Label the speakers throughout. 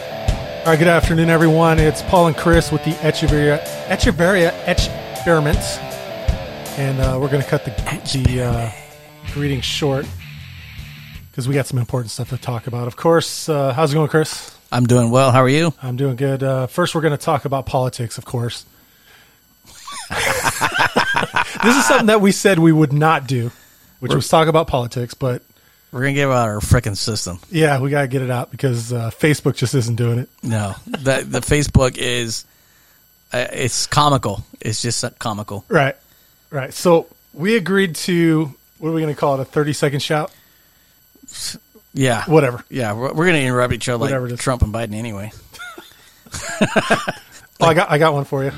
Speaker 1: All right, good afternoon, everyone. It's Paul and Chris with the Echeverria Echeverria Experiments, and uh, we're going to cut the the uh, greeting short because we got some important stuff to talk about. Of course, uh, how's it going, Chris?
Speaker 2: I'm doing well. How are you?
Speaker 1: I'm doing good. Uh, first, we're going to talk about politics, of course. this is something that we said we would not do, which was talk about politics. But
Speaker 2: We're gonna give out our frickin' system.
Speaker 1: yeah, we got to get it out because uh, Facebook just isn't doing it.
Speaker 2: No, that the Facebook is, uh, it's comical. It's just comical.
Speaker 1: Right. Right. So we agreed to what are we going to call it? A 30 second shout?
Speaker 2: Yeah,
Speaker 1: Whatever.
Speaker 2: yeah. We're, we're gonna interrupt each other
Speaker 1: Whatever it
Speaker 2: like
Speaker 1: is.
Speaker 2: Trump and Biden anyway.
Speaker 1: Oh, I got I got one for you.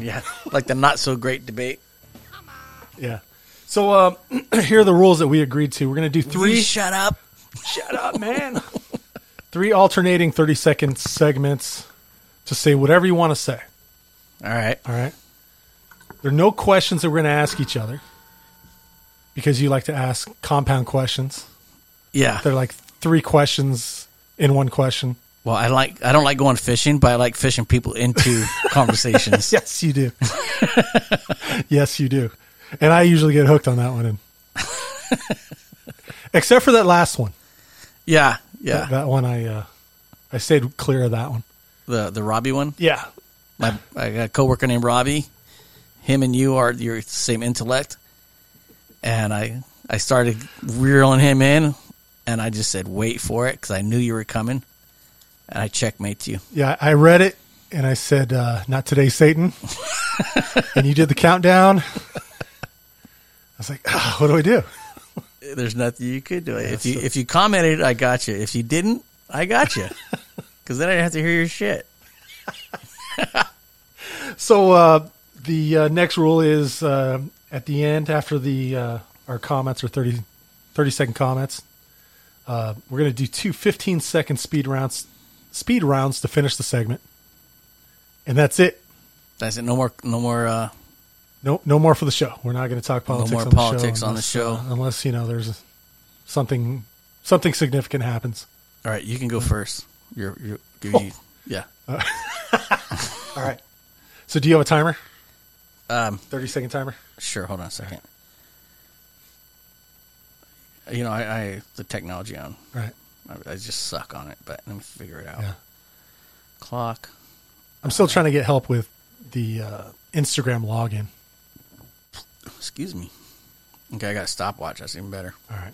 Speaker 2: Yeah, like the not so great debate.
Speaker 1: Yeah. So um, here are the rules that we agreed to. We're going to do
Speaker 2: Will you
Speaker 1: three
Speaker 2: shut up.
Speaker 1: shut up, man. three alternating 30 second segments to say whatever you want to say.
Speaker 2: All right.
Speaker 1: All right. There are no questions that we're going to ask each other because you like to ask compound questions.
Speaker 2: Yeah.
Speaker 1: They're like three questions in one question.
Speaker 2: Well, I like I don't like going fishing, but I like fishing people into conversations.
Speaker 1: Yes, you do. yes, you do. And I usually get hooked on that one. And except for that last one,
Speaker 2: Yeah. Yeah.
Speaker 1: that one I uh, I stayed clear of that one.
Speaker 2: The the Robbie one.
Speaker 1: Yeah,
Speaker 2: My I got a coworker named Robbie. Him and you are your same intellect, and I I started reeling him in, and I just said, "Wait for it," because I knew you were coming, and I checkmate you.
Speaker 1: yeah. I read it and I said, uh, "Not today, Satan." and you did the countdown. I was like, "Ah, "What do I do?"
Speaker 2: There's nothing you could do. if you if you commented, I got you. If you didn't, I got you, because then I have to hear your shit.
Speaker 1: So uh, the uh, next rule is uh, at the end, after the uh, our comments or 30, 30 second comments, uh, we're going to do two 15 second speed rounds, speed rounds to finish the segment, and that's it.
Speaker 2: That's it. No more no more uh,
Speaker 1: No, no more for the show. We're not going to talk politics.
Speaker 2: more
Speaker 1: on the
Speaker 2: politics
Speaker 1: show
Speaker 2: on the
Speaker 1: unless,
Speaker 2: show.
Speaker 1: uh, unless you know there's something something significant happens.
Speaker 2: All right, you can go first. You're, you're, you you- yeah.
Speaker 1: All right. So do you have a timer?
Speaker 2: Um,
Speaker 1: Thirty second timer.
Speaker 2: sure. Hold on a second. You know, I, I the technology on.
Speaker 1: All right.
Speaker 2: I, I just suck on it, but let me figure it out.
Speaker 1: Yeah.
Speaker 2: Clock.
Speaker 1: I'm still trying to get help with the uh, Instagram login.
Speaker 2: Excuse me. Okay, I got a stopwatch. That's even better.
Speaker 1: All right.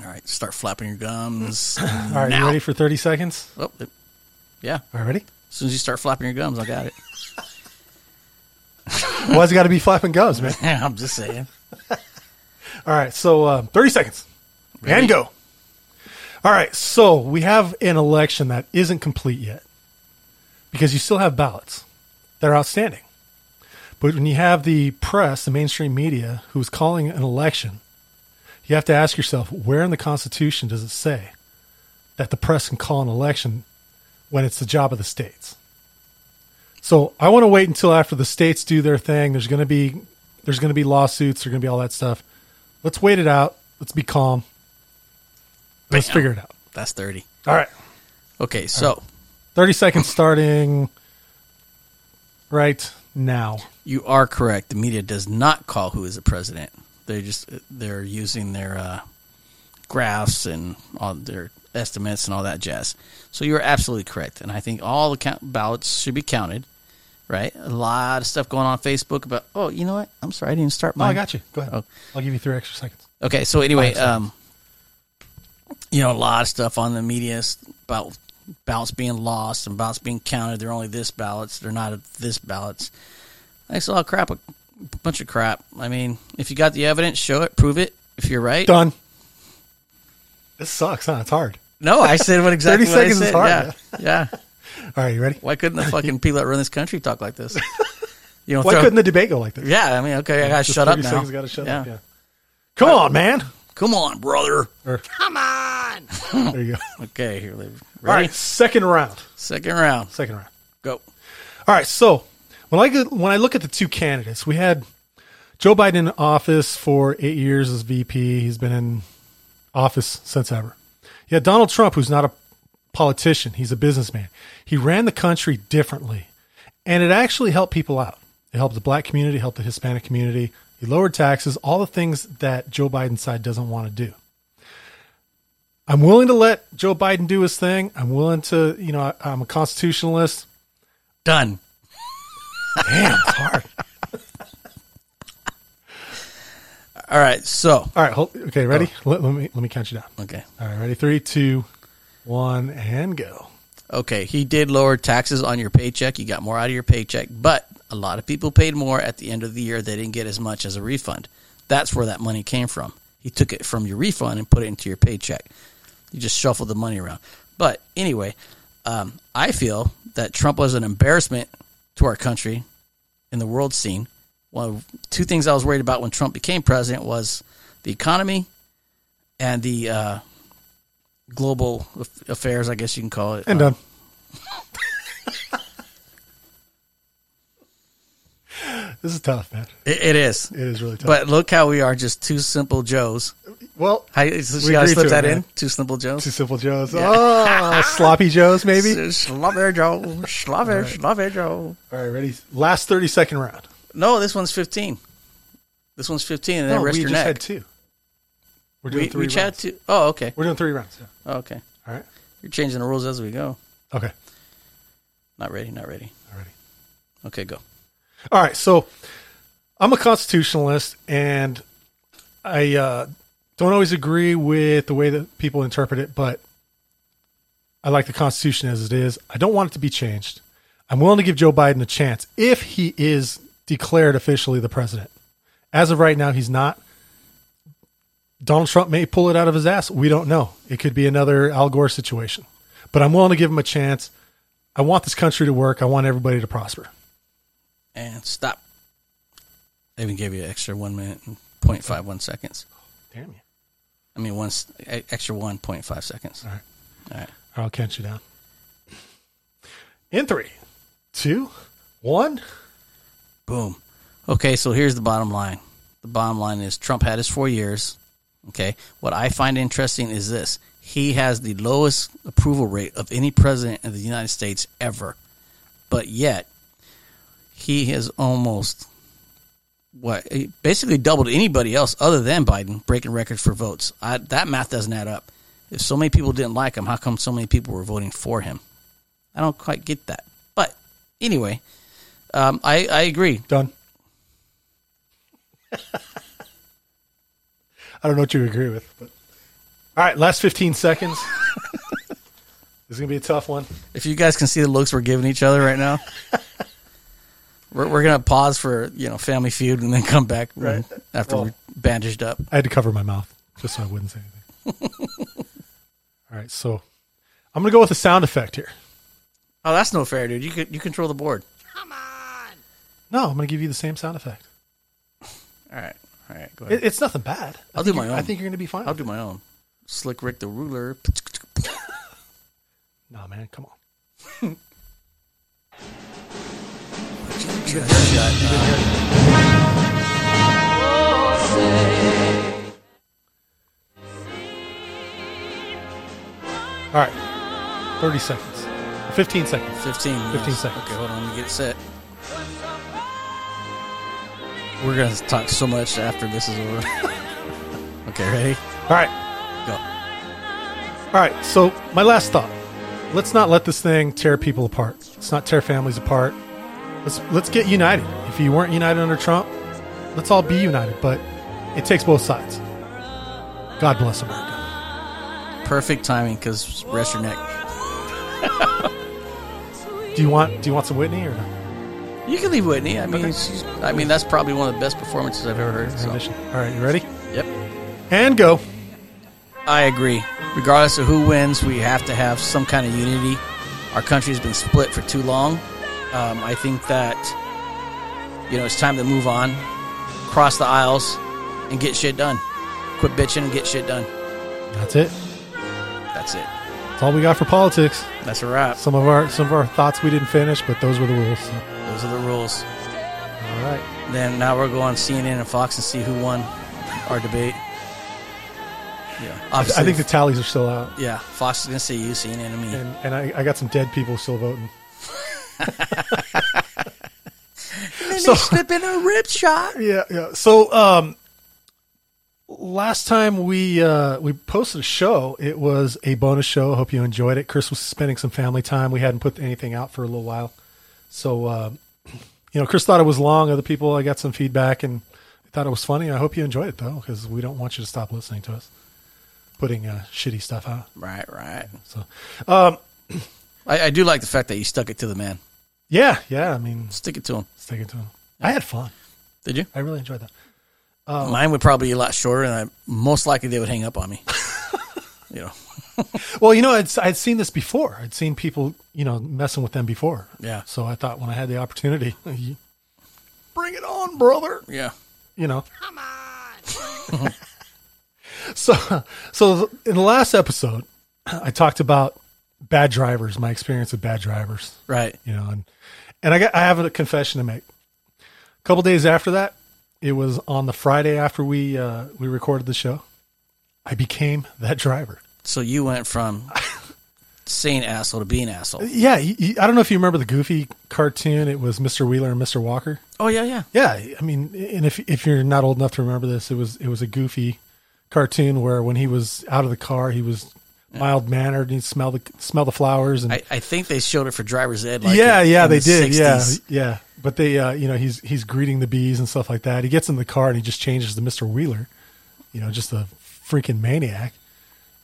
Speaker 2: All right, start flapping your gums.
Speaker 1: All right, you
Speaker 2: Now.
Speaker 1: ready for 30 seconds?
Speaker 2: oh, it- yeah. As
Speaker 1: All right, ready?
Speaker 2: soon as you start flapping your gums, I got it.
Speaker 1: Why's it got to be flapping gums, man?
Speaker 2: I'm just saying.
Speaker 1: All right, so uh, 30 seconds. And go. All right, so we have an election that isn't complete yet because you still have ballots that are outstanding. But when you have the press, the mainstream media, who's calling an election, you have to ask yourself where in the Constitution does it say that the press can call an election when it's the job of the states? So I want to wait until after the states do their thing. There's going to be there's going to be lawsuits. There's going to be all that stuff. Let's wait it out. Let's be calm. Let's
Speaker 2: Bam.
Speaker 1: figure it out.
Speaker 2: That's 30.
Speaker 1: All right,
Speaker 2: Okay, so
Speaker 1: 30 seconds starting right now.
Speaker 2: you are correct. The media does not call who is the president. They just they're using their uh, graphs and all their estimates and all that jazz. So you are absolutely correct, and I think all the count- ballots should be counted. Right, a lot of stuff going on Facebook about. Oh, you know what? I'm sorry, I didn't start
Speaker 1: Oh,
Speaker 2: mine.
Speaker 1: I got you. Go ahead.
Speaker 2: Oh.
Speaker 1: I'll give you three extra seconds.
Speaker 2: Okay, so anyway, um, you know, a lot of stuff on the media is about ballots being lost and ballots being counted. They're only this ballots. They're not this ballots. That's all crap. A bunch of crap. I mean, if you got the evidence, show it, prove it. If you're right,
Speaker 1: Done. This sucks, huh? It's hard.
Speaker 2: no, I said what exactly.
Speaker 1: 30
Speaker 2: what
Speaker 1: seconds
Speaker 2: I
Speaker 1: is
Speaker 2: said.
Speaker 1: hard,
Speaker 2: Yeah, yeah.
Speaker 1: All right, you ready?
Speaker 2: Why couldn't the fucking people that run this country talk like this? You know,
Speaker 1: Why
Speaker 2: throw-
Speaker 1: couldn't the debate go like this?
Speaker 2: Yeah, I mean, okay, I gotta shut up now.
Speaker 1: Got to shut up. Yeah. Come on, man.
Speaker 2: Come on, brother.
Speaker 1: Or,
Speaker 2: Come on.
Speaker 1: there you go.
Speaker 2: Okay, here, Liv.
Speaker 1: All
Speaker 2: ready?
Speaker 1: right, second round.
Speaker 2: Second round,
Speaker 1: Second round.
Speaker 2: go.
Speaker 1: All right, so when I go- when I look at the two candidates, we had Joe Biden in office for eight years as VP. He's been in office since ever. You had Donald Trump, who's not a politician, he's a businessman. He ran the country differently, and it actually helped people out. It helped the black community, helped the Hispanic community. He lowered taxes, all the things that Joe Biden's side doesn't want to do. I'm willing to let Joe Biden do his thing. I'm willing to, you know, I, I'm a constitutionalist.
Speaker 2: Done.
Speaker 1: Damn, it's hard.
Speaker 2: All right. So,
Speaker 1: All right, hold, okay, ready? Let, let me let me count you down.
Speaker 2: okay.
Speaker 1: All right, ready? Three, two, one, and go.
Speaker 2: Okay. He did lower taxes on your paycheck. You got more out of your paycheck, but a lot of people paid more at the end of the year. They didn't get as much as a refund. That's where that money came from. He took it from your refund and put it into your paycheck. You just shuffled the money around. But anyway, um, I feel that Trump was an embarrassment to our country in the world scene. One of two things I was worried about when Trump became president was the economy and the uh, global aff- affairs, I guess you can call it.
Speaker 1: And
Speaker 2: Uh,
Speaker 1: done. this is tough, man.
Speaker 2: it, it is.
Speaker 1: It is really tough.
Speaker 2: But look how we are just two simple Joes.
Speaker 1: well,
Speaker 2: How, so see how I
Speaker 1: agree to
Speaker 2: slipped
Speaker 1: it,
Speaker 2: that
Speaker 1: man.
Speaker 2: in? Two simple Joes.
Speaker 1: two simple Joes. Oh, sloppy Joes, maybe. All
Speaker 2: Slobber Joe. Slobber, slobber Joe.
Speaker 1: right, ready? Last thirty second round.
Speaker 2: No, this one's 15. This one's 15, and then
Speaker 1: No, we
Speaker 2: rest
Speaker 1: just
Speaker 2: your neck.
Speaker 1: had two. We're doing
Speaker 2: we
Speaker 1: three
Speaker 2: we
Speaker 1: rounds.
Speaker 2: chat to. Oh, okay.
Speaker 1: We're doing three rounds. Yeah.
Speaker 2: Oh, okay.
Speaker 1: All right.
Speaker 2: You're changing the rules as we go.
Speaker 1: Okay.
Speaker 2: Not ready, not ready.
Speaker 1: All righty.
Speaker 2: Okay, go.
Speaker 1: All right, so I'm a constitutionalist, and I uh, don't always agree with the way that people interpret it, but I like the Constitution as it is. I don't want it to be changed. I'm willing to give Joe Biden a chance if he is declared officially the president. As of right now, he's not. Donald Trump may pull it out of his ass. We don't know. It could be another Al Gore situation. But I'm willing to give him a chance. I want this country to work. I want everybody to prosper.
Speaker 2: And stop. I even gave you an extra one minute and 0.51 seconds.
Speaker 1: Damn you.
Speaker 2: I mean, one s- e- extra 1.5 seconds.
Speaker 1: All right.
Speaker 2: All right.
Speaker 1: I'll count you down. In three, two, one.
Speaker 2: Boom. Okay, so here's the bottom line. The bottom line is Trump had his four years. Okay. What I find interesting is this he has the lowest approval rate of any president of the United States ever. But yet, he has almost, what, he basically doubled anybody else other than Biden, breaking records for votes. I, that math doesn't add up. If so many people didn't like him, how come so many people were voting for him? I don't quite get that. But anyway, um, I, I agree.
Speaker 1: Done. I don't know what you agree with, but all right, last fifteen seconds. this is gonna be a tough one.
Speaker 2: If you guys can see the looks we're giving each other right now, we're, we're gonna pause for you know Family Feud and then come back when- after we're bandaged up.
Speaker 1: I had to cover my mouth just so I wouldn't say anything. all right, so I'm gonna go with a sound effect here.
Speaker 2: Oh, that's no fair, dude. You could, you control the board.
Speaker 1: No, I'm gonna give you the same sound effect.
Speaker 2: All right, all right, go ahead.
Speaker 1: It, it's nothing bad. I
Speaker 2: I'll do
Speaker 1: think
Speaker 2: my
Speaker 1: you're- I
Speaker 2: own.
Speaker 1: think you're gonna be fine.
Speaker 2: I'll do my own. Slick Rick the ruler.
Speaker 1: No, man, come on. All right, thirty seconds, fifteen seconds.
Speaker 2: Fifteen.
Speaker 1: 15
Speaker 2: yes.
Speaker 1: seconds.
Speaker 2: Okay, hold on. Let me get set. We're gonna talk so much after this is over. okay, ready?
Speaker 1: All right,
Speaker 2: Go.
Speaker 1: all right. So my last thought: let's not let this thing tear people apart. Let's not tear families apart. Let's let's get united. If you weren't united under Trump, let's all be united. But it takes both sides. God bless America.
Speaker 2: Perfect timing because rest your neck.
Speaker 1: Do you want do you want some Whitney or no?
Speaker 2: You can leave Whitney. I mean, she's, I mean that's probably one of the best performances I've ever heard. So.
Speaker 1: Transition. All right, you ready?
Speaker 2: Yep,
Speaker 1: And go.
Speaker 2: I agree. Regardless of who wins, we have to have some kind of unity. Our country has been split for too long. Um, I think that you know it's time to move on, cross the aisles, and get shit done. Quit bitching and get shit done.
Speaker 1: That's it.
Speaker 2: That's it.
Speaker 1: That's all we got for politics.
Speaker 2: That's a wrap.
Speaker 1: Some of our some of our thoughts we didn't finish, but those were the rules. so.
Speaker 2: Those are the rules.
Speaker 1: All right.
Speaker 2: Then now we're going CNN and Fox and see who won our debate. Yeah.
Speaker 1: I think the tallies are still out,
Speaker 2: yeah. Fox is gonna say you see an enemy.
Speaker 1: and, and I, I got some dead people still voting. so-
Speaker 2: slipping a rip shot.
Speaker 1: Yeah, yeah. So um last time we uh we posted a show, it was a bonus show. Hope you enjoyed it. Chris was spending some family time. We hadn't put anything out for a little while. So uh you know, Chris thought it was long. Other people I got some feedback and thought it was funny. I hope you enjoyed it though cuz we don't want you to stop listening to us putting uh shitty stuff out.
Speaker 2: Right, right.
Speaker 1: So um,
Speaker 2: I, I do like the fact that you stuck it to the man.
Speaker 1: yeah, yeah, I mean,
Speaker 2: Stick it to him.
Speaker 1: let's take it to him. I had fun.
Speaker 2: Did you?
Speaker 1: I really enjoyed that. Oh.
Speaker 2: Mine would probably be a lot shorter, and I, most likely they would hang up on me. you know.
Speaker 1: Well, you know, I'd, I'd seen this before. I'd seen people, you know, messing with them before.
Speaker 2: Yeah.
Speaker 1: So I thought when I had the opportunity, bring it on, brother.
Speaker 2: Yeah.
Speaker 1: You know. Come on. so, so in the last episode, I talked about bad drivers, my experience with bad drivers.
Speaker 2: Right.
Speaker 1: You know, and and I got I have a confession to make. A couple days after that, it was on the Friday after we uh, we recorded the show. I became that driver.
Speaker 2: So you went from saying asshole to being asshole.
Speaker 1: Yeah, he, he- I don't know if you remember the Goofy cartoon. It was Mr. Wheeler and Mr. Walker.
Speaker 2: Oh yeah, yeah.
Speaker 1: Yeah, I mean, and if if you're not old enough to remember this, it was it was a Goofy cartoon where when he was out of the car, he was mild mannered and he'd smell the smell the flowers and
Speaker 2: I, I think they showed it for driver's ed. Like
Speaker 1: yeah,
Speaker 2: in-
Speaker 1: yeah,
Speaker 2: in
Speaker 1: they
Speaker 2: the
Speaker 1: did,
Speaker 2: 60s.
Speaker 1: yeah, yeah. But they, uh, you know, he's he's greeting the bees and stuff like that. He gets in the car and he just changes to Mister Wheeler, you know, just a freaking maniac,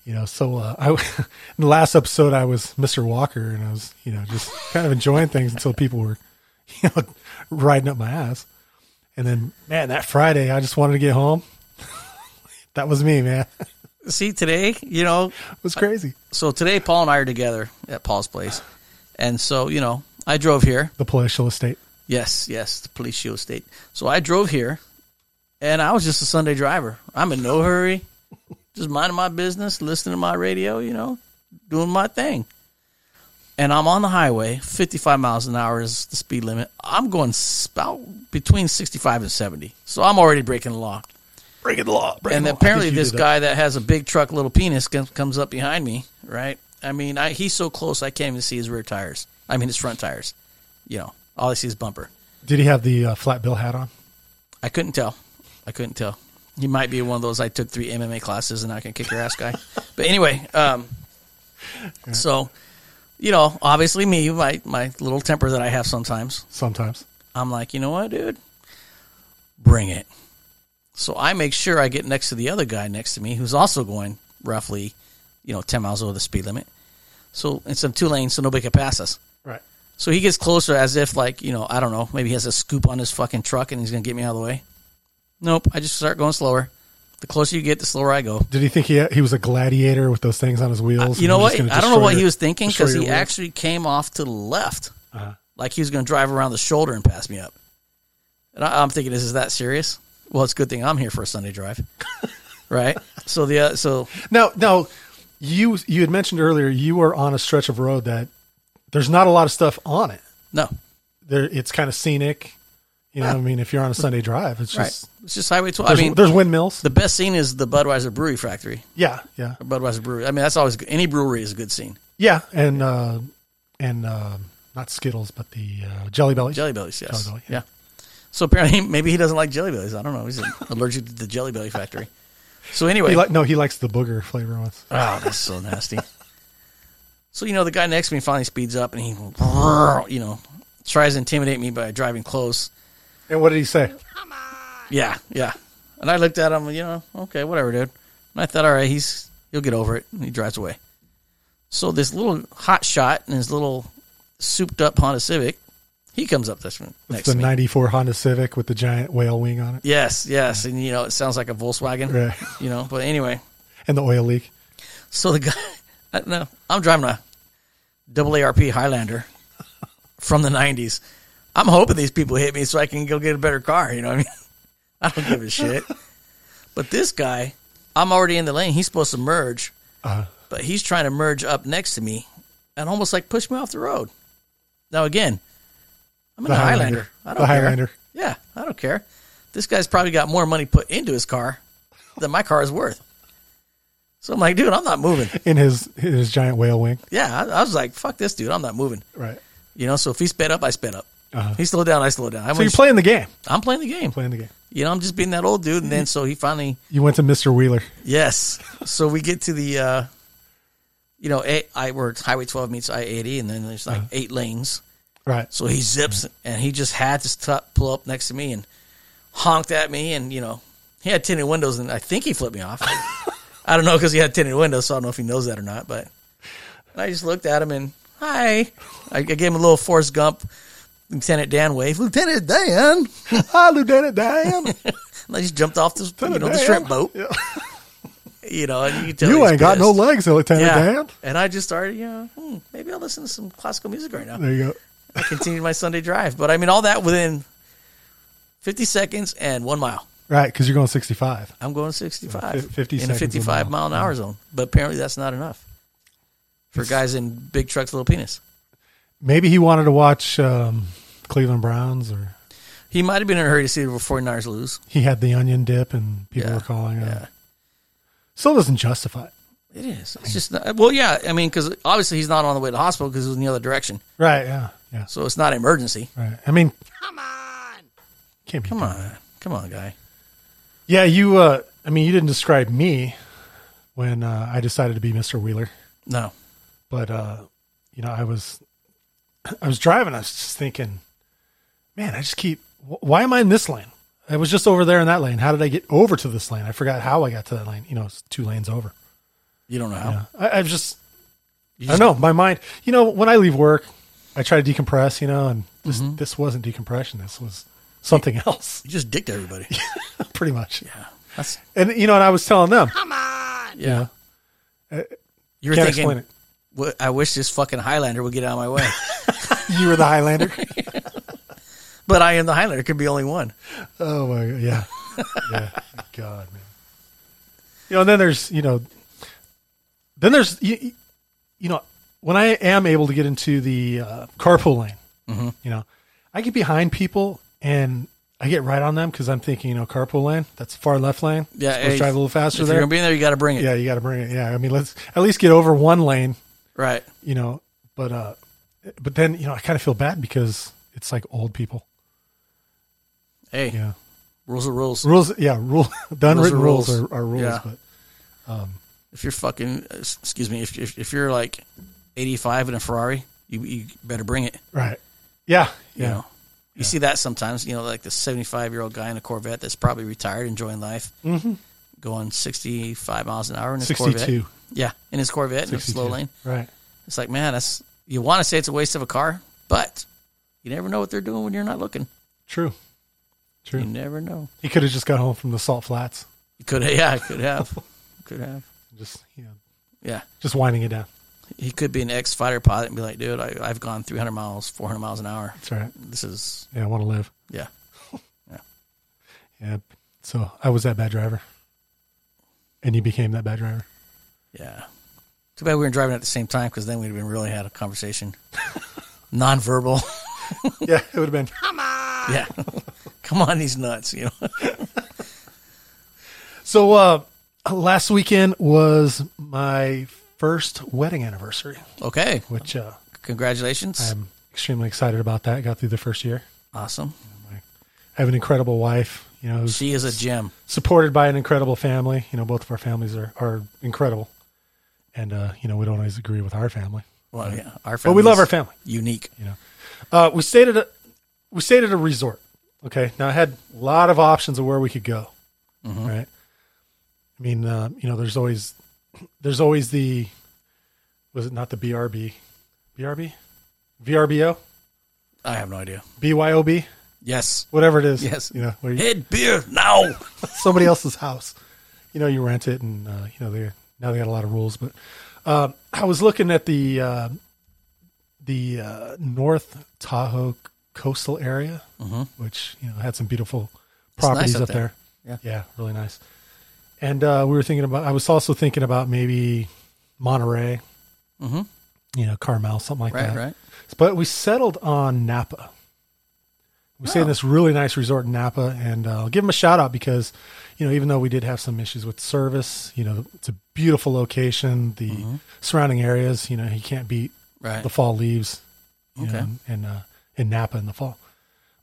Speaker 1: you know. So uh, I, in the last episode, I was Mister Walker, and I was, you know, just kind of enjoying things until people were, you know, riding up my ass. And then, man, that Friday, I just wanted to get home. that was me, man. It
Speaker 2: See today, you know,
Speaker 1: was crazy.
Speaker 2: so today Paul and I are together at Paul's place, and so you know, I drove here.
Speaker 1: The palatial estate.
Speaker 2: Yes, yes, the police show state. So I drove here, and I was just a Sunday driver. I'm in no hurry, just minding my business, listening to my radio, you know, doing my thing. And I'm on the highway, 55 miles an hour is the speed limit. I'm going s- about between 65 and 70, so I'm already breaking the law.
Speaker 1: Breaking the law. Breaking
Speaker 2: And
Speaker 1: the law. I think
Speaker 2: apparently,
Speaker 1: you
Speaker 2: this
Speaker 1: did that.
Speaker 2: guy that has a big truck, little penis, com- comes up behind me. Right? I mean, I, he's so close, I can't even see his rear tires. I mean, his front tires. You know, all I see is bumper.
Speaker 1: Did he have the uh, flat bill hat on?
Speaker 2: I couldn't tell. I couldn't tell. He might be one of those I took three MMA classes and I can kick your ass guy. but anyway, um, so you know, obviously me, my my little temper that I have sometimes.
Speaker 1: Sometimes.
Speaker 2: I'm like, you know what, dude? Bring it. So I make sure I get next to the other guy next to me who's also going roughly, you know, 10 miles over the speed limit. So it's in two lanes, so nobody can pass us.
Speaker 1: Right.
Speaker 2: So he gets closer as if, like, you know, I don't know, maybe he has a scoop on his fucking truck and he's going to get me out of the way. Nope. I just start going slower. The closer you get, the slower I go.
Speaker 1: Did he think he he was a gladiator with those things on his wheels?
Speaker 2: Uh, You know what? I don't know what he was thinking
Speaker 1: destroy
Speaker 2: because
Speaker 1: your Uh-huh.
Speaker 2: he
Speaker 1: wheels.
Speaker 2: actually came off to the left, like he was going to drive around the shoulder and pass me up. And I, I'm thinking, is is that serious? Well, it's a good thing I'm here for a Sunday drive, right? So the uh, so
Speaker 1: Now, now, you you had mentioned earlier you were on a stretch of road that there's not a lot of stuff on it.
Speaker 2: no,
Speaker 1: There, it's kind of scenic. You know, what I mean, if you're on a Sunday drive, it's
Speaker 2: right?
Speaker 1: just
Speaker 2: It's just Highway 12. I
Speaker 1: there's,
Speaker 2: mean,
Speaker 1: there's windmills.
Speaker 2: the best scene is the Budweiser Brewery Factory.
Speaker 1: yeah, yeah,
Speaker 2: Budweiser Brewery. I mean, that's always good. any brewery is a good scene.
Speaker 1: yeah, and uh, and uh, not Skittles, but the uh, Jelly Belly.
Speaker 2: Jelly bellies, yes,
Speaker 1: Jelly Belly,
Speaker 2: yeah. So apparently, maybe he doesn't like jelly bellies. I don't know. He's allergic to the Jelly Belly Factory. So anyway,
Speaker 1: He li- no, he likes the booger flavor ones.
Speaker 2: Oh, that's so nasty. So you know, the guy next to me finally speeds up, and he, you know, tries to intimidate me by driving close.
Speaker 1: And what did he say?
Speaker 2: Yeah, yeah. And I looked at him, you know, okay, whatever, dude. And I thought, all right, he's he'll get over it. And he drives away. So this little hot shot in his little souped up Honda Civic, he comes up this next
Speaker 1: It's a
Speaker 2: to me.
Speaker 1: '94 Honda Civic with the giant whale wing on it,
Speaker 2: Yes, yes, and you know, it sounds like a Volkswagen,
Speaker 1: Right.
Speaker 2: you know. But anyway,
Speaker 1: and the oil leak.
Speaker 2: So the guy, I don't know, I'm driving a double ARP Highlander from the 90s. I'm hoping these people hit me so I can go get a better car. You know what I mean? I don't give a shit. But this guy, I'm already in the lane. He's supposed to merge,
Speaker 1: Uh-huh.
Speaker 2: but he's trying to merge up next to me and almost like push me off the road. Now, again, I'm in
Speaker 1: The
Speaker 2: a Highlander.
Speaker 1: Highlander.
Speaker 2: I don't
Speaker 1: The
Speaker 2: care.
Speaker 1: Highlander.
Speaker 2: Yeah, I don't care. This guy's probably got more money put into his car than my car is worth. So I'm like, dude, I'm not moving.
Speaker 1: in his in his giant whale wing.
Speaker 2: Yeah, I, I was like, fuck this, dude, I'm not moving.
Speaker 1: Right.
Speaker 2: You know, so if he sped up, I sped up. He slowed down, I slowed down. I
Speaker 1: So you're
Speaker 2: was-
Speaker 1: playing the game.
Speaker 2: I'm playing the game.
Speaker 1: Playing the game.
Speaker 2: You know, I'm just being that old dude. And then so he finally,
Speaker 1: You went to Mr. Wheeler.
Speaker 2: yes. So we get to the, uh, you know, eight, I where it's Highway 12 meets I 80, and then there's like eight lanes.
Speaker 1: Right.
Speaker 2: So he zips, and he just had to stop, pull up next to me and honked at me, and you know, he had tinted windows, and I think he flipped me off. I don't know because he had tinted windows, so I don't know if he knows that or not. But and I just looked at him and hi, I, I gave him a little Forrest Gump, Lieutenant Dan wave, Lieutenant Dan,
Speaker 1: Hi, "Ah, Lieutenant Dan.
Speaker 2: and I just jumped off this you know the
Speaker 1: Dan.
Speaker 2: shrimp boat,
Speaker 1: Yeah.
Speaker 2: you know, and you could tell
Speaker 1: You
Speaker 2: he's
Speaker 1: ain't got no
Speaker 2: pissed.
Speaker 1: legs, Lieutenant
Speaker 2: yeah.
Speaker 1: Dan.
Speaker 2: And I just started, you know, hmm, maybe I'll listen to some classical music right now.
Speaker 1: There you go.
Speaker 2: I continued my Sunday drive. But I mean, all that within 50 seconds and one mile.
Speaker 1: Right, because you're going 65.
Speaker 2: I'm going 65
Speaker 1: Fif- 50
Speaker 2: in a
Speaker 1: seconds a
Speaker 2: 55 mile.
Speaker 1: mile.
Speaker 2: an hour zone. But apparently, that's not enough for guys in big trucks, little penis.
Speaker 1: Maybe he wanted to watch um, Cleveland Browns, or
Speaker 2: He might have been in a hurry to see the 49ers lose.
Speaker 1: he had the onion dip, and people
Speaker 2: Yeah,
Speaker 1: were calling him.
Speaker 2: yeah.
Speaker 1: Still doesn't justify it.
Speaker 2: It is. It's just not, well, yeah. I mean, because obviously he's not on the way to the hospital because it was in the other direction,
Speaker 1: Right, yeah. Yeah.
Speaker 2: so it's not an emergency.
Speaker 1: Right. I mean, come on. Can't be.
Speaker 2: Come on, come on, guy.
Speaker 1: Yeah, you, uh, I mean, you didn't describe me when uh, I decided to be Mr. Wheeler.
Speaker 2: No,
Speaker 1: but uh you know i was i was driving i was just thinking man i just keep wh- why am i in this lane i was just over there in that lane how did i get over to this lane i forgot how i got to that lane you know it's two lanes over
Speaker 2: you don't know how.
Speaker 1: i, I just
Speaker 2: You
Speaker 1: i don't know my mind you know when i leave work i try to decompress you know and this, this wasn't decompression this was something else
Speaker 2: You just dicked everybody.
Speaker 1: pretty much
Speaker 2: That's,
Speaker 1: and you know and i was telling them
Speaker 2: yeah. You were
Speaker 1: Uh, can't
Speaker 2: thinking,
Speaker 1: explain it
Speaker 2: "Wha- I wish this fucking Highlander would get out of my way.
Speaker 1: you were the highlander
Speaker 2: But I am the Highlander. It could be only one.
Speaker 1: Oh my god, yeah, yeah, God, man. You know, and then there's you know, then there's you, you- you know, when I am able to get into the uh, carpool lane,
Speaker 2: Mm-hmm.
Speaker 1: you know, I get behind people and I get right on them because I'm thinking, you know, carpool lane, that's far left lane.
Speaker 2: Yeah,
Speaker 1: let's
Speaker 2: hey,
Speaker 1: drive a little faster
Speaker 2: if you're
Speaker 1: there.
Speaker 2: gonna be in there, you got to bring it.
Speaker 1: yeah, you got to bring it. Yeah, I mean, let's at least get over one lane,
Speaker 2: Right.
Speaker 1: you know. But uh, but then you know, I kind of feel bad because it's like old people.
Speaker 2: Hey,
Speaker 1: Yeah.
Speaker 2: rules are rules.
Speaker 1: rules yeah rule the unwritten rules, are, are rules
Speaker 2: Yeah.
Speaker 1: but
Speaker 2: If you're fucking, uh, s- excuse me, if, if if you're like 85 in a Ferrari, you you better bring it.
Speaker 1: right yeah
Speaker 2: You
Speaker 1: yeah
Speaker 2: know, you see that sometimes. You know, like the 75 year old guy in a Corvette that's probably retired, enjoying life, mm-hmm. going 65 miles an hour in his Corvette.
Speaker 1: 62
Speaker 2: Yeah, in his Corvette in a slow
Speaker 1: 62.
Speaker 2: lane.
Speaker 1: right
Speaker 2: It's like, man, that's you want to say it's a waste of a car, but you never know what they're doing when you're not looking.
Speaker 1: true true
Speaker 2: You never know.
Speaker 1: he could have just got home from the salt flats
Speaker 2: You could have, yeah, could have, could have,
Speaker 1: just you know
Speaker 2: yeah.
Speaker 1: just winding it down
Speaker 2: he could be an ex fighter pilot and be like, dude, I, I've gone 300 miles, 400 miles an hour.
Speaker 1: that's all right
Speaker 2: This is,
Speaker 1: yeah i want to live
Speaker 2: yeah.
Speaker 1: yeah so i was that bad driver and you became that bad driver
Speaker 2: Yeah. Too bad we weren't driving at the same time because then we'd have been really had a conversation. Nonverbal.
Speaker 1: yeah it would have been
Speaker 2: yeah. Come on, these nuts, you know.
Speaker 1: so uh last weekend was my first wedding anniversary
Speaker 2: Okay.
Speaker 1: which uh
Speaker 2: Congratulations.
Speaker 1: i'm extremely excited about that got through the first year
Speaker 2: awesome.
Speaker 1: I have an incredible wife you know who's
Speaker 2: She is a gem.
Speaker 1: supported by an incredible family. You know, both of our families are, are incredible. And, uh, you know, we don't always agree with our family.
Speaker 2: Well, yeah. Our
Speaker 1: But
Speaker 2: family.
Speaker 1: we love our family.
Speaker 2: Unique.
Speaker 1: Uh, we stayed at a, we stayed at a resort. Okay. Now I had a lot of options of where we could go. Right. I mean, uh, you know, there's always, there's always the, was it not the BRB, BRB, VRBO,
Speaker 2: I have no idea.
Speaker 1: BYOB,
Speaker 2: Yes.
Speaker 1: whatever it is.
Speaker 2: Yes.
Speaker 1: You know, where you,
Speaker 2: Head beer now.
Speaker 1: somebody else's house. You know, you rent it, and uh, you know they now they got a lot of rules. But um, I was looking at the uh, the uh, North Tahoe coastal area, which you know had some beautiful properties
Speaker 2: Mm-hmm. nice up
Speaker 1: up, there.
Speaker 2: there.
Speaker 1: Yeah, really nice. And uh, we were thinking about. I was also thinking about maybe Monterey, you know, Carmel, something like
Speaker 2: Mm-hmm. Right,
Speaker 1: that.
Speaker 2: right.
Speaker 1: But we settled on Napa. We stayed in this really nice resort in Napa, and uh, I'll give them a shout out because, you know, even though we did have some issues with service, you know, it's a beautiful location. The surrounding areas, you know, he can't beat
Speaker 2: Right.
Speaker 1: the fall leaves. you
Speaker 2: Okay.
Speaker 1: know, and uh, in Napa in the fall,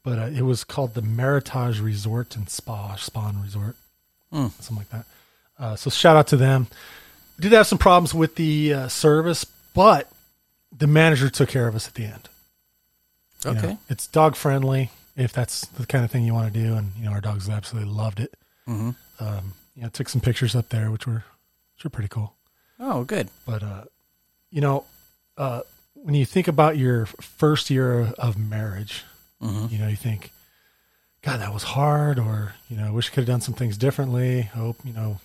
Speaker 1: but uh, it was called the Meritage Resort and Spa Spawn Resort,
Speaker 2: Hmm.
Speaker 1: something like that. Uh, so shout out to them. We did have some problems with the uh, service, but the manager took care of us at the end. You know,
Speaker 2: Okay.
Speaker 1: it's dog friendly if that's the kind of thing you want to do, and you know our dogs absolutely loved it.
Speaker 2: Mm-hmm.
Speaker 1: Um, you know, took some pictures up there, which were which were pretty cool.
Speaker 2: Oh, good.
Speaker 1: But uh, you know, uh, when you think about your first year of marriage,
Speaker 2: Mm-hmm.
Speaker 1: you know, you think, God, that was hard, or you know, I wish I could have done some things differently. Hope you know,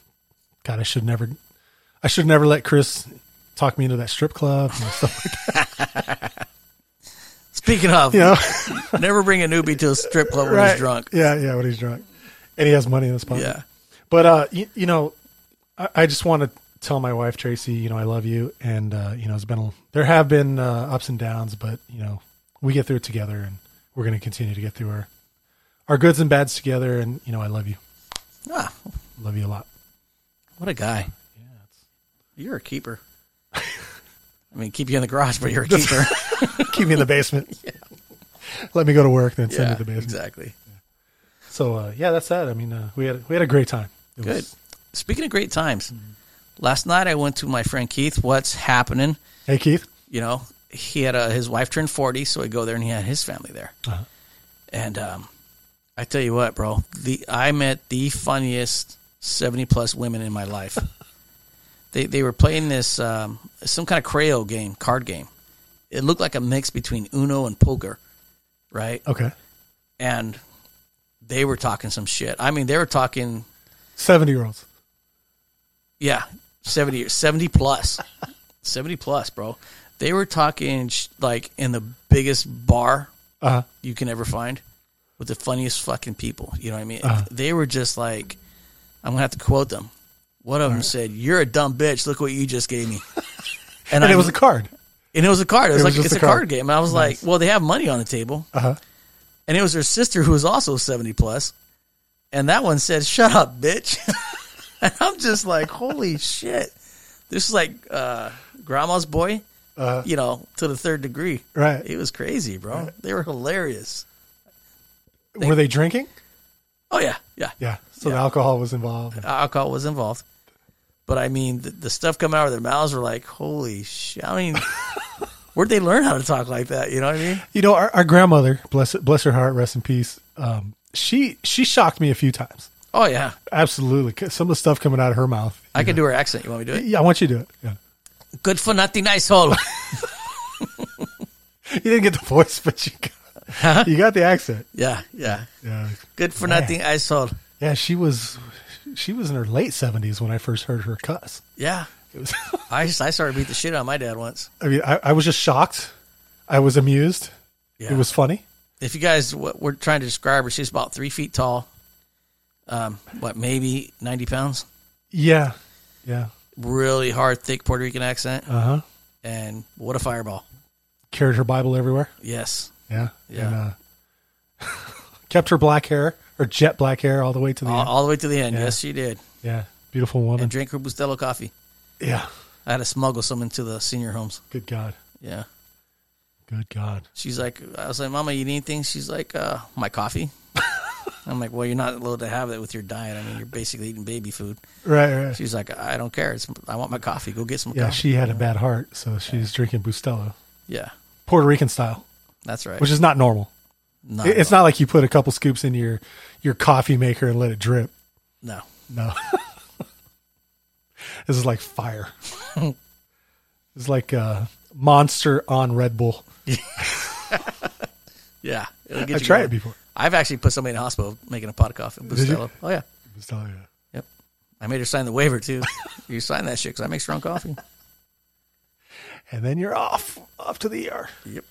Speaker 1: God, I should never, I should never let Chris talk me into that strip club. and stuff,
Speaker 2: Speaking of,
Speaker 1: you know,
Speaker 2: never bring a newbie to a strip club when he's drunk.
Speaker 1: Yeah, yeah, when he's drunk, and he has money in his pocket.
Speaker 2: Yeah.
Speaker 1: But uh, you, you know, I, I just want to tell my wife Tracy, you know, I love you, and uh, you know, it's been there have been uh, ups and downs, but you know, we get through it together, and we're going to continue to get through our our goods and bads together, and you know, I love you,
Speaker 2: Ah,
Speaker 1: love you a lot.
Speaker 2: what a guy.
Speaker 1: Yeah, it's,
Speaker 2: You're a keeper. I mean, keep you in the garage, but you're a keeper.
Speaker 1: keep me in the basement. Let me go to work, then send me
Speaker 2: yeah,
Speaker 1: to the basement.
Speaker 2: exactly.
Speaker 1: So uh, yeah, that's that. I mean, uh, we had we had a great time. It
Speaker 2: Good.
Speaker 1: was-
Speaker 2: Speaking of great times, last night I went to my friend Keith. What's happening?
Speaker 1: hey Keith,
Speaker 2: You know, he had a, his wife turned forty, so I go there and he had his family there. And um, I tell you what, bro, the I met the funniest seventy plus women in my life. they they were playing this um, some kind of Creo game, card game. It looked like a mix between Uno and poker, right?
Speaker 1: okay,
Speaker 2: And they were talking some shit. I mean, they were talking
Speaker 1: seventy year olds.
Speaker 2: Yeah, 70, 70 plus. 70 plus, bro. They were talking sh- like in the biggest bar
Speaker 1: Uh,
Speaker 2: you can ever find with the funniest fucking people. You know what I mean?
Speaker 1: Uh-huh.
Speaker 2: They were just like, I'm going to have to quote them. One of them said, You're a dumb bitch. Look what you just gave me.
Speaker 1: and
Speaker 2: And, I-
Speaker 1: it was a card.
Speaker 2: and it was a card. It was
Speaker 1: was
Speaker 2: like,
Speaker 1: just
Speaker 2: It's
Speaker 1: a
Speaker 2: a card.
Speaker 1: card.
Speaker 2: game. And I was like, Well, they have money on the table.
Speaker 1: Uh-huh.
Speaker 2: And it was her sister who was also 70 plus, And that one said, Shut up, bitch. and I'm just like, Holy shit. This is like uh, grandma's boy, you know, to the third degree.
Speaker 1: Uh-huh. Right.
Speaker 2: It was crazy, bro. They were hilarious.
Speaker 1: Were they drinking?
Speaker 2: Oh, yeah. Yeah.
Speaker 1: Yeah. So the alcohol was involved.
Speaker 2: Alcohol was involved. But I mean, the, the stuff coming out of their mouths were like, Holy shit. I mean, where'd they learn how to talk like that? You know what I mean?
Speaker 1: You know, our, our grandmother, bless bless her heart, rest in peace. Um, she she shocked me a few times.
Speaker 2: Oh, yeah.
Speaker 1: Absolutely, 'Cause some of the stuff coming out of her mouth.
Speaker 2: I can do her accent. You want me to do
Speaker 1: Yeah, I want you to do it. Yeah.
Speaker 2: it? Good for nothing, nice hole.
Speaker 1: You didn't get the voice, but you got, you got the accent.
Speaker 2: yeah, yeah.
Speaker 1: Yeah.
Speaker 2: Good for
Speaker 1: Man.
Speaker 2: nothing, ice hole.
Speaker 1: Yeah. She was she was in her late seventies when I first heard her cuss.
Speaker 2: Yeah.
Speaker 1: It was.
Speaker 2: I just, I started to beat the shit out of my dad once.
Speaker 1: I mean, I, I was just shocked. I was amused.
Speaker 2: Yeah.
Speaker 1: It was funny.
Speaker 2: If you guys, what we're trying to describe her, she's about three feet tall. Um, what, maybe 90 pounds?
Speaker 1: Yeah. Yeah.
Speaker 2: Really hard, thick Puerto Rican accent.
Speaker 1: Uh huh.
Speaker 2: And what a fireball.
Speaker 1: Carried her Bible everywhere.
Speaker 2: Yes.
Speaker 1: Yeah.
Speaker 2: Yeah.
Speaker 1: And, uh, kept her black hair or jet black hair all the way to the
Speaker 2: All,
Speaker 1: end.
Speaker 2: all the way to the end. Yes, she did.
Speaker 1: Yeah. Beautiful woman.
Speaker 2: And drank her Bustelo coffee.
Speaker 1: Yeah.
Speaker 2: I had to smuggle some into the senior homes.
Speaker 1: Good God.
Speaker 2: Yeah.
Speaker 1: Good God.
Speaker 2: She's like, I was like, Mama, you need anything? She's like, uh, my coffee. I'm like, well, you're not allowed to have it with your diet. I mean, you're basically eating baby food.
Speaker 1: Right, right.
Speaker 2: She's like, I don't care. It's, I want my coffee. Go get some
Speaker 1: Yeah,
Speaker 2: coffee.
Speaker 1: she had a bad heart, so she's drinking Bustelo,
Speaker 2: yeah,
Speaker 1: Puerto Rican style,
Speaker 2: that's right.
Speaker 1: which is not normal.
Speaker 2: no,
Speaker 1: It- It's not like you put a couple scoops in your your coffee maker and let it drip.
Speaker 2: no.
Speaker 1: No. this is like fire. it's like a monster on Red Bull.
Speaker 2: Yeah, it'll get
Speaker 1: I
Speaker 2: you
Speaker 1: tried it
Speaker 2: going.
Speaker 1: before.
Speaker 2: I've actually put somebody in the hospital making a pot of coffee.
Speaker 1: you?
Speaker 2: Bustelo. Oh yeah,
Speaker 1: Bustelo, yeah.
Speaker 2: yep. I made her sign the waiver too. you sign that shit because I make strong coffee.
Speaker 1: And then you're off, off to the ER.
Speaker 2: Yep.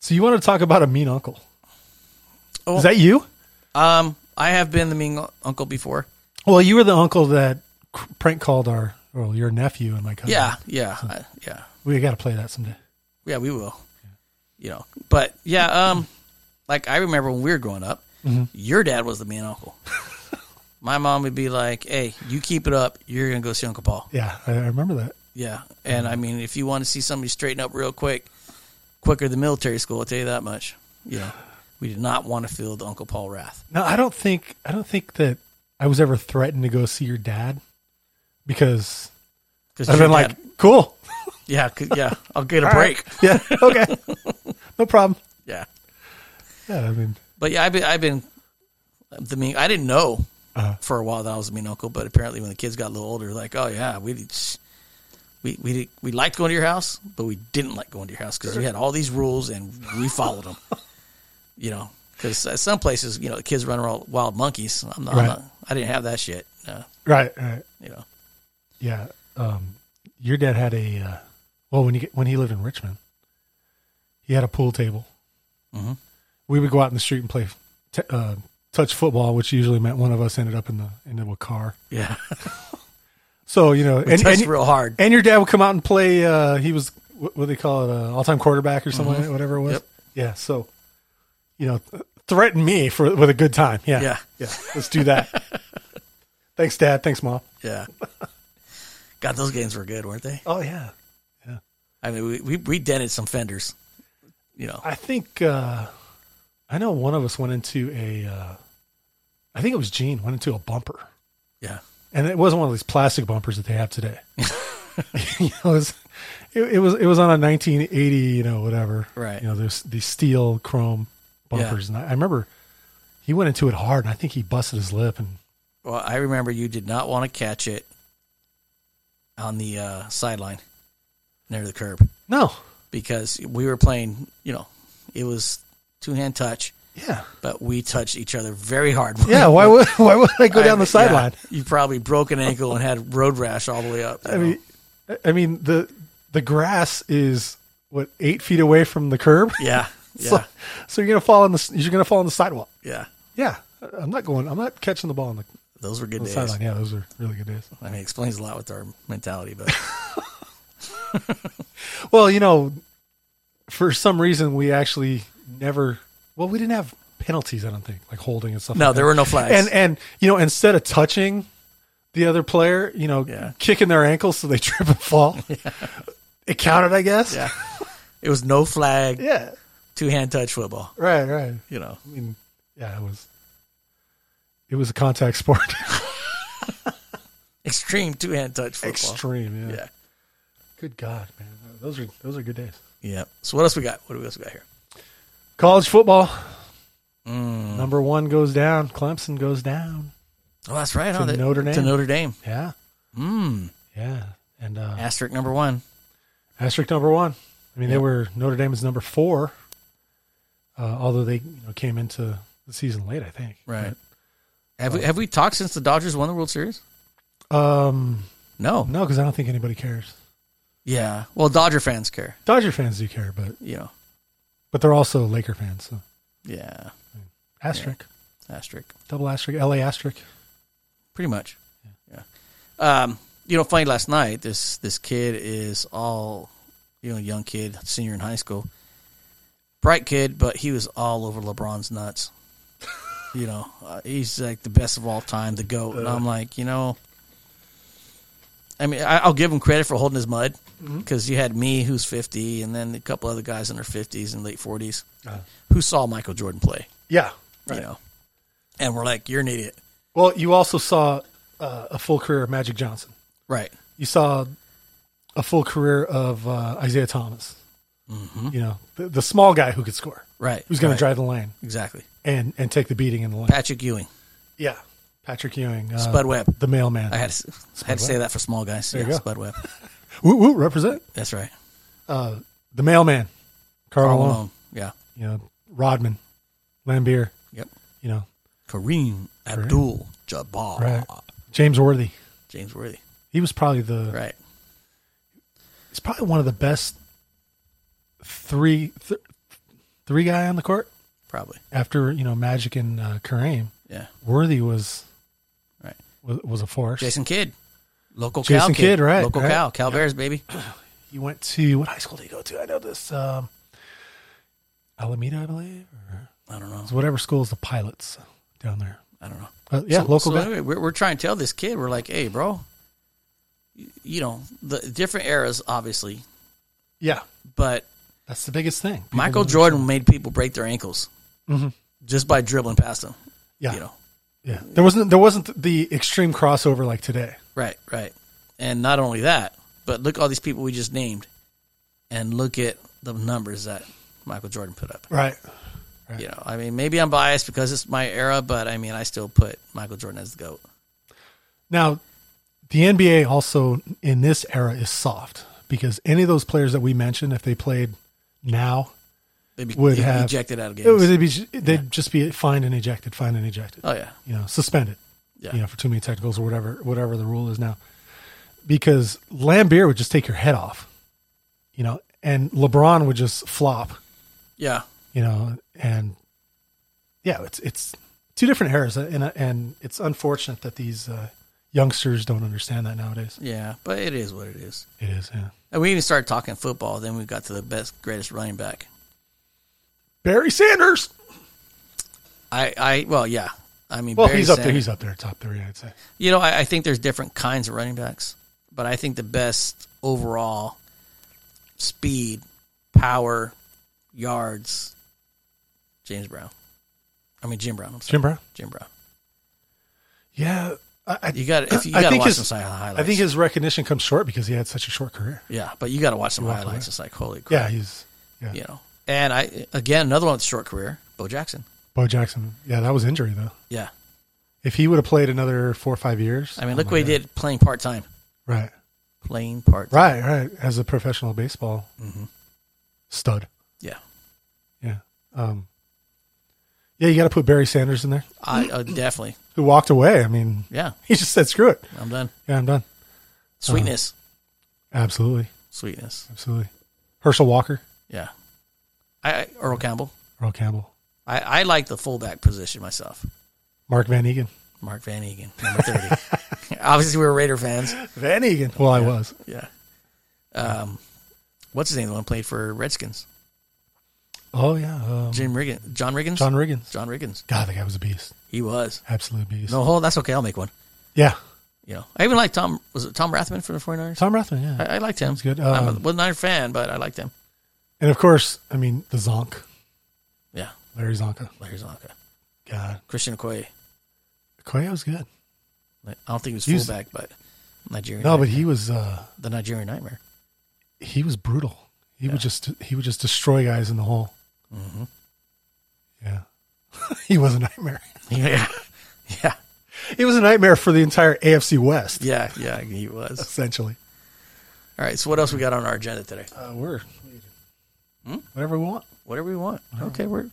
Speaker 1: So you want to talk about a mean uncle?
Speaker 2: Oh.
Speaker 1: Is that you?
Speaker 2: Um, I have been the mean uncle before.
Speaker 1: Well, you were the uncle that c- prank called our, well, Uh-huh. your nephew and my cousin.
Speaker 2: Yeah, yeah, I, yeah,
Speaker 1: We got to play that someday.
Speaker 2: yeah. We will. you know. But yeah, um, like I remember when we were growing up,
Speaker 1: Mm-hmm.
Speaker 2: your dad was the mean uncle. My mom would be like, "Hey, you keep it up, you're gonna go see Uncle Paul."
Speaker 1: Yeah, I, I remember that.
Speaker 2: Yeah, and
Speaker 1: Mm-hmm.
Speaker 2: I mean, if you want to see somebody straighten up real quick, quicker than military school, I'll tell you that much. Yeah, we did not want to feel the Uncle Paul wrath.
Speaker 1: No, I don't think I don't think that I was ever threatened to go see your dad because
Speaker 2: Because
Speaker 1: I've been like, cool,
Speaker 2: yeah, 'cause- yeah, I'll get a
Speaker 1: All right.
Speaker 2: break.
Speaker 1: Yeah, okay, no problem.
Speaker 2: Yeah,
Speaker 1: Yeah, I mean,
Speaker 2: but yeah, I've been, I've been the mean. I didn't know
Speaker 1: Uh-huh.
Speaker 2: for a while that I was a mean uncle, but apparently when the kids got a little older, like, oh yeah, we did, we we we liked going to your house, but we didn't like going to your house because you had all these rules and we followed them. you know, because some places, you know, the kids run around wild monkeys. I'm not, I'm
Speaker 1: Right.
Speaker 2: not I didn't have that shit. Uh,
Speaker 1: right, right,
Speaker 2: you know,
Speaker 1: yeah. Um, your dad had a uh, well when you get, when he lived in Richmond, he had a pool table.
Speaker 2: Mhm.
Speaker 1: We would go out in the street and play t- uh, touch football, which usually meant one of us ended up in the into a car.
Speaker 2: yeah,
Speaker 1: So you know, and,
Speaker 2: that's
Speaker 1: and-
Speaker 2: real hard.
Speaker 1: And your dad would come out and play. Uh, he was what, what do they call it, uh, all-time quarterback or something, like that, whatever it was.
Speaker 2: Mm-hmm. Yep.
Speaker 1: Yeah. So, you know, th- threaten me for with a good time. Yeah.
Speaker 2: Yeah.
Speaker 1: Yeah. Let's do that. Thanks, Dad. Thanks, Mom.
Speaker 2: yeah, God, those games were good, weren't they?
Speaker 1: Oh yeah.
Speaker 2: I mean, we we, we dented some fenders. You know,
Speaker 1: I think uh, I know one of us went into a. Uh, I think it was Gene went into a bumper,
Speaker 2: yeah,
Speaker 1: and it wasn't one of these plastic bumpers that they have today. you know, it was, it, it was it was on a 1980, you know, whatever.
Speaker 2: Right.
Speaker 1: You know, there's these steel chrome bumpers, and I, I remember he went into it hard, and I think he busted his lip. And
Speaker 2: Well, I remember you did not want to catch it on the uh, sideline near the curb
Speaker 1: no,
Speaker 2: because we were playing, you know, it was two hand touch,
Speaker 1: yeah,
Speaker 2: but we touched each other very hard.
Speaker 1: yeah. Why would why would I go down
Speaker 2: I-
Speaker 1: the sideline?
Speaker 2: yeah, you probably broke an ankle and had road rash all the way up. you
Speaker 1: I
Speaker 2: know.
Speaker 1: mean, I- I mean the the grass is what eight feet away from the curb.
Speaker 2: yeah, yeah,
Speaker 1: So, so you're gonna fall on the you're gonna fall on the sidewalk.
Speaker 2: yeah.
Speaker 1: Yeah, I'm not going. I'm not catching the ball on the,
Speaker 2: Those were good
Speaker 1: on the
Speaker 2: days.
Speaker 1: sideline. Yeah, those are really good days.
Speaker 2: I mean, it explains a lot with our mentality, but
Speaker 1: Well, you know, for some reason we actually never. Well, we didn't have penalties. I don't think like holding and stuff.
Speaker 2: no,
Speaker 1: like
Speaker 2: there were no flags.
Speaker 1: that. and and you know instead of touching the other player, you know,
Speaker 2: Yeah.
Speaker 1: kicking their ankles so they trip and fall. It counted, I guess.
Speaker 2: yeah, it was no flag,
Speaker 1: Yeah.
Speaker 2: two hand touch football.
Speaker 1: Right. Right.
Speaker 2: You know,
Speaker 1: I mean, yeah, it was. It was a contact sport.
Speaker 2: extreme two hand touch football.
Speaker 1: Extreme. Yeah.
Speaker 2: Yeah.
Speaker 1: Good God, man, those are those are good days.
Speaker 2: Yeah. So what else we got? What else we got here?
Speaker 1: College football. Number one goes down. Clemson goes down.
Speaker 2: Oh, that's right. huh?
Speaker 1: To
Speaker 2: That-
Speaker 1: Notre Dame.
Speaker 2: To Notre Dame.
Speaker 1: Yeah.
Speaker 2: Mm.
Speaker 1: Yeah. And uh,
Speaker 2: Asterisk number one.
Speaker 1: asterisk number one. I mean, they were Notre Dame is number four. Uh, although they you know, came into the season late, I think.
Speaker 2: Right. Have
Speaker 1: Oh.
Speaker 2: we have we talked since the Dodgers won the World Series?
Speaker 1: Um,
Speaker 2: No.
Speaker 1: no, because I don't think anybody cares.
Speaker 2: Yeah. Well, Dodger fans care.
Speaker 1: Dodger fans do care, but
Speaker 2: You know.
Speaker 1: but they're also Laker fans. So
Speaker 2: Yeah.
Speaker 1: asterisk,
Speaker 2: Asterisk.
Speaker 1: double asterisk, LA asterisk.
Speaker 2: Pretty much. Yeah. Um, you know, funny last night. This this kid is all, you know, young kid, senior in high school. Bright kid, but he was all over LeBron's nuts. you know, uh, he's like the best of all time, the goat, and I'm like, you know. I mean, I, I'll give him credit for holding his mud because you had me, who's 50, and then a couple other guys in their 50s and late 40s who saw Michael Jordan play,
Speaker 1: Yeah.
Speaker 2: you know, and we're like, you're an idiot.
Speaker 1: Well, you also saw uh, a full career of Magic Johnson.
Speaker 2: Right.
Speaker 1: you saw a full career of uh, Isaiah Thomas. You know, the, the small guy who could score,
Speaker 2: Right.
Speaker 1: who's going
Speaker 2: Mm-hmm. right.
Speaker 1: to drive the lane
Speaker 2: Exactly.
Speaker 1: and and take the beating in the lane.
Speaker 2: Patrick Ewing,
Speaker 1: yeah, Patrick Ewing, uh,
Speaker 2: Spud Webb.
Speaker 1: the mailman.
Speaker 2: I had to, I had to say that for small guys.
Speaker 1: you
Speaker 2: yeah,
Speaker 1: go.
Speaker 2: Spud Webb.
Speaker 1: woo woo represent
Speaker 2: That's right.
Speaker 1: the mailman, Carl
Speaker 2: All
Speaker 1: Malone.
Speaker 2: alone. Yeah.
Speaker 1: You know, Rodman, Lambeer.
Speaker 2: Yep.
Speaker 1: You know,
Speaker 2: Kareem Abdul Jabbar.
Speaker 1: right. James Worthy.
Speaker 2: James Worthy.
Speaker 1: He was probably the.
Speaker 2: Right.
Speaker 1: He's probably one of the best three th- three guy on the court
Speaker 2: Probably.
Speaker 1: after you know Magic and uh, Kareem.
Speaker 2: Yeah.
Speaker 1: Worthy was
Speaker 2: Right.
Speaker 1: was, was a force.
Speaker 2: Jason Kidd. Local cow.
Speaker 1: Jason Kidd, right,
Speaker 2: Local
Speaker 1: right.
Speaker 2: cow. Cow Bears, baby.
Speaker 1: You went to what high school did you go to? I know this. Um, Alameda, I believe. Or
Speaker 2: I don't know.
Speaker 1: it's whatever school is the pilots down there.
Speaker 2: I don't know.
Speaker 1: Uh, yeah,
Speaker 2: So-
Speaker 1: local
Speaker 2: so
Speaker 1: guy.
Speaker 2: anyway, we're, we're trying to tell this kid, we're like, hey, bro, you, you know, the different eras, obviously,
Speaker 1: Yeah,
Speaker 2: but
Speaker 1: that's the biggest thing. People
Speaker 2: Michael
Speaker 1: don't-
Speaker 2: Jordan made people break their ankles just by dribbling past them.
Speaker 1: Yeah,
Speaker 2: You know,
Speaker 1: yeah. There wasn't there wasn't the extreme crossover like today.
Speaker 2: right, right. And not only that, but look at all these people we just named, and look at the numbers that Michael Jordan put up.
Speaker 1: Right.
Speaker 2: You know, I mean, maybe I'm biased because it's my era, but I mean, I still put Michael Jordan as the goat.
Speaker 1: Now, the NBA also in this era is soft because any of those players that we mentioned, if they played now,
Speaker 2: They'd be
Speaker 1: Would
Speaker 2: they'd be
Speaker 1: have-
Speaker 2: ejected out of games.
Speaker 1: it would, they'd, be, they'd just be fined and ejected, fined and ejected,
Speaker 2: oh yeah,
Speaker 1: you know, suspended,
Speaker 2: Yeah.
Speaker 1: you know, for too many technicals or whatever, whatever the rule is now. Because Lambeer would just take your head off, you know, and LeBron would just flop,
Speaker 2: yeah.
Speaker 1: you know, and yeah, it's it's two different eras, and and it's unfortunate that these uh, youngsters don't understand that nowadays.
Speaker 2: Yeah, but it is what it is.
Speaker 1: It is, yeah.
Speaker 2: And we even started talking football. Then we got to the best, greatest running back.
Speaker 1: Barry Sanders.
Speaker 2: I, I, well, yeah. I mean,
Speaker 1: Well,
Speaker 2: Barry
Speaker 1: he's up there.
Speaker 2: Sanders-
Speaker 1: He's up there, top three, I'd say.
Speaker 2: you know, I, I think there's different kinds of running backs, but I think the best overall speed, power, yards, James Brown. I mean, Jim Brown. I'm sorry,
Speaker 1: Jim Brown.
Speaker 2: Jim, Brown.
Speaker 1: Yeah, I, I,
Speaker 2: You got if you
Speaker 1: I
Speaker 2: got to
Speaker 1: think
Speaker 2: watch
Speaker 1: his-
Speaker 2: some side highlights.
Speaker 1: I think his recognition comes short because he had such a short career.
Speaker 2: yeah, but you got to watch some
Speaker 1: Walked
Speaker 2: highlights.
Speaker 1: away.
Speaker 2: It's like holy
Speaker 1: Yeah,
Speaker 2: crap,
Speaker 1: he's yeah.
Speaker 2: you know. And I again another one with a short career, Bo Jackson.
Speaker 1: Bo Jackson. Yeah, that was injury though.
Speaker 2: Yeah,
Speaker 1: If he would have played another four or five years,
Speaker 2: I mean,
Speaker 1: oh
Speaker 2: look
Speaker 1: my
Speaker 2: what he
Speaker 1: God.
Speaker 2: did playing part time.
Speaker 1: Right,
Speaker 2: Playing part. time.
Speaker 1: right, right. As a professional baseball stud.
Speaker 2: Mm-hmm. Yeah,
Speaker 1: Yeah, um, yeah. You got to put Barry Sanders in there,
Speaker 2: I uh, definitely.
Speaker 1: who walked away. I mean,
Speaker 2: Yeah,
Speaker 1: he just said, "Screw it.
Speaker 2: I'm done.
Speaker 1: Yeah, I'm done." Uh-huh.
Speaker 2: Sweetness,
Speaker 1: Absolutely,
Speaker 2: sweetness.
Speaker 1: absolutely. Herschel Walker,
Speaker 2: Yeah, I, I Earl Campbell.
Speaker 1: Earl Campbell,
Speaker 2: I, I like the fullback position myself.
Speaker 1: Mark Van Egan.
Speaker 2: Mark Van Egan, number thirty. Obviously, we were Raider fans.
Speaker 1: Van Egan. Well, I was.
Speaker 2: Yeah. Um, what's his name? The one who played for Redskins.
Speaker 1: Oh yeah, um,
Speaker 2: Jim Riggins. John Riggins.
Speaker 1: John Riggins.
Speaker 2: John Riggins.
Speaker 1: God, the guy was a beast.
Speaker 2: He was.
Speaker 1: Absolute beast.
Speaker 2: No, hold. That's okay. I'll make one.
Speaker 1: Yeah,
Speaker 2: You know, I even like Tom. Was it Tom Rathman for the 49ers?
Speaker 1: Tom Rathman. Yeah,
Speaker 2: I, I liked him.
Speaker 1: That's good.
Speaker 2: I'm a,
Speaker 1: Um,
Speaker 2: wasn't a fan, but I liked him.
Speaker 1: and of course, I mean the Zonk,
Speaker 2: Yeah,
Speaker 1: Larry Zonka.
Speaker 2: Larry Zonka,
Speaker 1: God,
Speaker 2: Christian Okoye.
Speaker 1: Koya was good.
Speaker 2: I don't think he
Speaker 1: He
Speaker 2: was
Speaker 1: was-
Speaker 2: fullback, but Nigerian.
Speaker 1: No, but he was uh,
Speaker 2: the Nigerian nightmare.
Speaker 1: he was brutal. He would just he would just destroy guys in the hole. Mm-hmm. Yeah, he was a nightmare.
Speaker 2: Yeah, yeah,
Speaker 1: He was a nightmare for the entire AFC West,
Speaker 2: yeah, yeah. He was.
Speaker 1: essentially.
Speaker 2: All right. So what else we got on our agenda today?
Speaker 1: Uh, we're whatever we want.
Speaker 2: Whatever we want. Okay, we're.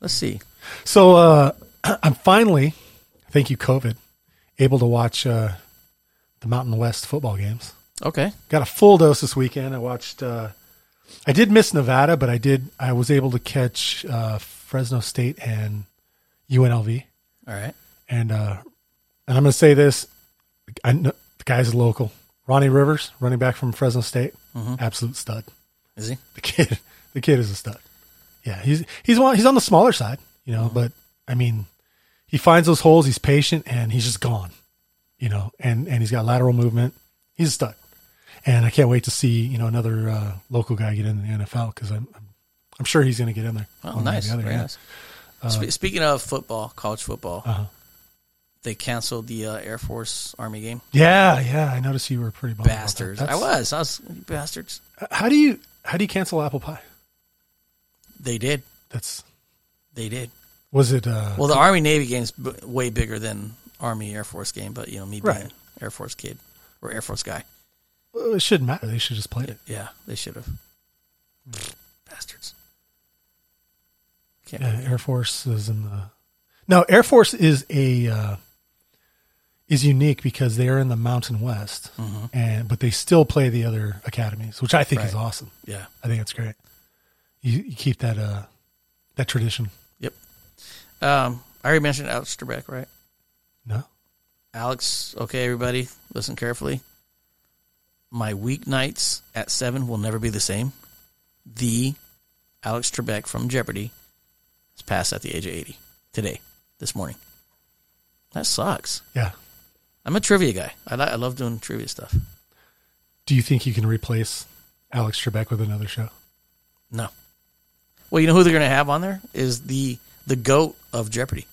Speaker 2: Let's see.
Speaker 1: So uh, I'm finally, thank you COVID, able to watch uh, the Mountain West football games.
Speaker 2: Okay.
Speaker 1: Got a full dose this weekend. I watched. Uh, I did miss Nevada, but I did. I was able to catch uh, Fresno State and UNLV.
Speaker 2: All right.
Speaker 1: And uh, and I'm going to say this: I know, the guy's local. Ronnie Rivers, running back from Fresno State, absolute stud.
Speaker 2: Is he?
Speaker 1: The kid, the kid is a stud. Yeah, he's he's one, he's on the smaller side, you
Speaker 2: Mm-hmm.
Speaker 1: know. But I mean, he finds those holes. He's patient, and he's just gone, you know. And and he's got lateral movement. He's a stud, and I can't wait to see you know another uh, local guy get in the NFL because I'm, I'm I'm sure he's going to get in there.
Speaker 2: Oh,
Speaker 1: one way or
Speaker 2: nice.
Speaker 1: the other, uh,
Speaker 2: Very
Speaker 1: yeah.
Speaker 2: nice. Spe- speaking of football, college football,
Speaker 1: Uh-huh.
Speaker 2: they canceled the uh, Air Force Army game.
Speaker 1: Yeah, yeah. I noticed you were pretty bummed about that.
Speaker 2: Bastards. I
Speaker 1: That's-
Speaker 2: was. I was. you Bastards.
Speaker 1: How do you how do you cancel apple pie?
Speaker 2: They did.
Speaker 1: That's
Speaker 2: They did.
Speaker 1: was it? Uh,
Speaker 2: Well, the Army Navy game's b- way bigger than Army Air Force game, but you know me being
Speaker 1: Right.
Speaker 2: an Air Force kid or Air Force guy,
Speaker 1: it shouldn't matter. They should just play it.
Speaker 2: yeah, they should have. Bastards. Can't
Speaker 1: Hmm. Yeah, Uh, Air Force is in the. No, Air Force is a uh, is unique because they are in the Mountain West,
Speaker 2: mm-hmm.
Speaker 1: and but they still play the other academies, which I think is
Speaker 2: Right.
Speaker 1: awesome.
Speaker 2: yeah.
Speaker 1: I think it's great. You, you keep that uh, that tradition.
Speaker 2: Yep. Um, I already mentioned Alex Trebek, right?
Speaker 1: No,
Speaker 2: Alex, okay, everybody, listen carefully. My weeknights at seven will never be the same. The Alex Trebek from Jeopardy has passed at the age of 80 today, this morning. That sucks.
Speaker 1: Yeah.
Speaker 2: I'm a trivia guy. I, li- I love doing trivia stuff.
Speaker 1: Do you think you can replace Alex Trebek with another show?
Speaker 2: No. Well, you know who they're going to have on there is the the goat of Jeopardy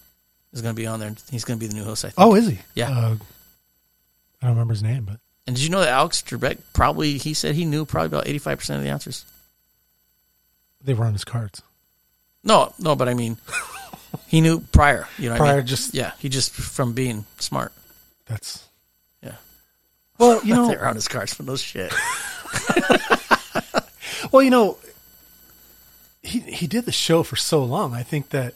Speaker 2: is going to be on there. He's going to be the new host. I think.
Speaker 1: Oh, is he?
Speaker 2: Yeah.
Speaker 1: Uh, I don't remember his name, but
Speaker 2: And did you know that Alex Trebek probably he said he knew probably about eighty five percent of the answers.
Speaker 1: they were on his cards.
Speaker 2: No, no, but I mean, he knew prior. You know, what I
Speaker 1: Prior,
Speaker 2: mean?
Speaker 1: just-
Speaker 2: yeah, he just from being smart.
Speaker 1: That's
Speaker 2: Yeah,
Speaker 1: well, you
Speaker 2: they're
Speaker 1: know,
Speaker 2: on his cards for no shit.
Speaker 1: well, you know, he he did the show for so long. I think that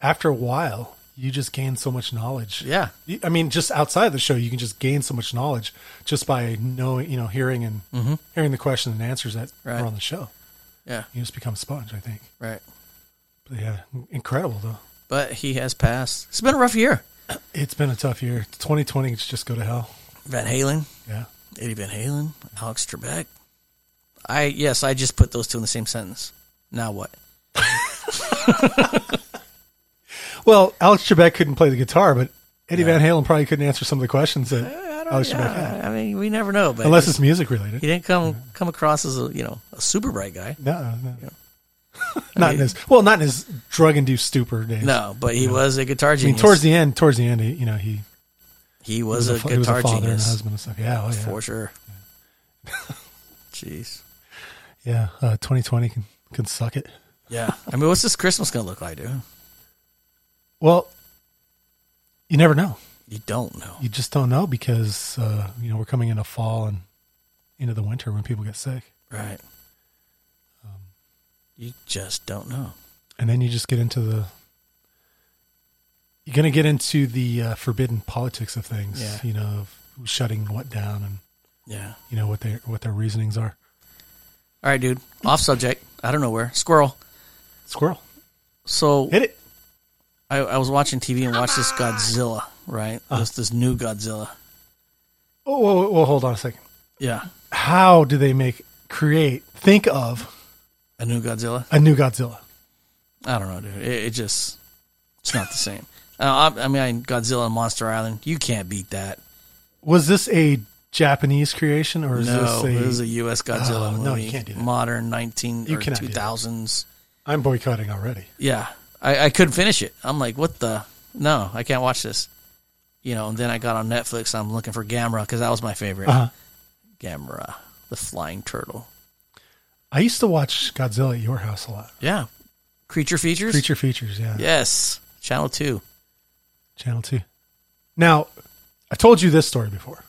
Speaker 1: after a while, you just gain so much knowledge.
Speaker 2: Yeah.
Speaker 1: You- I mean, just outside of the show, you can just gain so much knowledge just by knowing, you know, hearing and hearing the questions and answers that
Speaker 2: Mm-hmm. Right.
Speaker 1: were on the show.
Speaker 2: Yeah,
Speaker 1: You just become a sponge, I think.
Speaker 2: right.
Speaker 1: But yeah, incredible though.
Speaker 2: But he has passed. It's been a rough year.
Speaker 1: It's been a tough year. 2020 it's just go to hell.
Speaker 2: Van Halen,
Speaker 1: Yeah.
Speaker 2: Eddie Van Halen, Alex Trebek. I yes, I just put those two in the same sentence. Now what?
Speaker 1: Well, Alex Trebek couldn't play the guitar, but Eddie Van Halen probably couldn't answer some of the questions that Alex Trebek had.
Speaker 2: Yeah, Eh, I mean, we never know. But
Speaker 1: Unless it's music related.
Speaker 2: he didn't come come across as a you know a super bright guy.
Speaker 1: No, no. not in his well, not in his drug induced stupor days.
Speaker 2: No, but he was a guitar
Speaker 1: I mean,
Speaker 2: genius.
Speaker 1: towards the end, towards the end, he, you know, he,
Speaker 2: he
Speaker 1: he
Speaker 2: was, a,
Speaker 1: fa- he was
Speaker 2: guitar
Speaker 1: father and
Speaker 2: genius
Speaker 1: husband and stuff. Yeah, oh, yeah,
Speaker 2: for sure. Jeez,
Speaker 1: yeah. Uh, 2020 can can suck it.
Speaker 2: yeah. I mean, what's this Christmas gonna look like, dude?
Speaker 1: Well, you never know.
Speaker 2: You don't know.
Speaker 1: You just don't know because uh, you know we're coming into fall and into the winter when people get sick,
Speaker 2: Right.
Speaker 1: Um,
Speaker 2: you just don't know.
Speaker 1: and then you just get into the you're going to get into the uh, forbidden politics of things.
Speaker 2: Yeah.
Speaker 1: You know, of who's shutting what down and
Speaker 2: Yeah.
Speaker 1: you know what their what their reasonings are.
Speaker 2: All right, dude. Off subject. I don't know where. Squirrel.
Speaker 1: Squirrel,
Speaker 2: So
Speaker 1: hit it.
Speaker 2: I, I was watching TV and watched this Godzilla, right?
Speaker 1: Uh-huh.
Speaker 2: This this new Godzilla.
Speaker 1: Oh, whoa, whoa, whoa, hold on a second.
Speaker 2: Yeah.
Speaker 1: How do they make create think of
Speaker 2: A new Godzilla.
Speaker 1: a new Godzilla?
Speaker 2: I don't know, dude. It, it just it's not the same. Uh, I, I mean, Godzilla and Monster Island. You can't beat that.
Speaker 1: Was this a Japanese creation or is this
Speaker 2: No,
Speaker 1: a?
Speaker 2: this is a U.S. Godzilla
Speaker 1: Oh,
Speaker 2: movie.
Speaker 1: no, you can't do that.
Speaker 2: Modern nineteen
Speaker 1: You
Speaker 2: or
Speaker 1: cannot do
Speaker 2: two
Speaker 1: that.
Speaker 2: thousands.
Speaker 1: I'm boycotting already.
Speaker 2: Yeah, I, I couldn't finish it. I'm like, what the? No, I can't watch this. You know, and then I got on Netflix. I'm looking for Gamera because that was my favorite.
Speaker 1: Uh-huh.
Speaker 2: Gamera, the flying turtle.
Speaker 1: I used to watch Godzilla at your house a lot.
Speaker 2: Yeah, creature features.
Speaker 1: Creature features, yeah.
Speaker 2: Yes, Channel Two.
Speaker 1: Channel two. Now, I told you this story before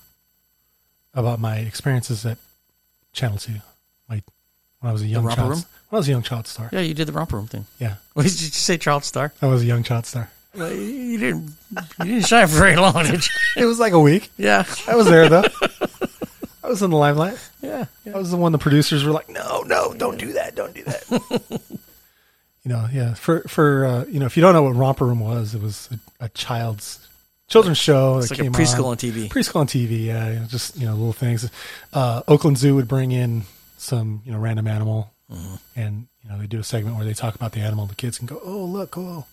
Speaker 1: about my experiences at Channel two. My when I was a young
Speaker 2: romper
Speaker 1: child,
Speaker 2: room?
Speaker 1: when I was a young child star. Yeah.
Speaker 2: Yeah, you did the romper room thing. What did you say, Charles Star?
Speaker 1: I was a young child star.
Speaker 2: Well, you didn't. You didn't shine for very long. Did you?
Speaker 1: It was like a week.
Speaker 2: Yeah,
Speaker 1: I was there though. I was in the limelight.
Speaker 2: yeah,
Speaker 1: I was the one the producers were like, "No, no, don't do that, don't do that." you know, yeah. For for uh, you know, if you don't know what Romper Room was, it was a, a child's children's show.
Speaker 2: It's
Speaker 1: that
Speaker 2: like a
Speaker 1: came
Speaker 2: preschool
Speaker 1: on,
Speaker 2: on TV.
Speaker 1: Preschool on TV, yeah. you know, just you know, little things. Uh, Oakland Zoo would bring in some you know random animal,
Speaker 2: Mm-hmm.
Speaker 1: and you know they do a segment where they talk about the animal. The kids can go, "Oh, look, oh,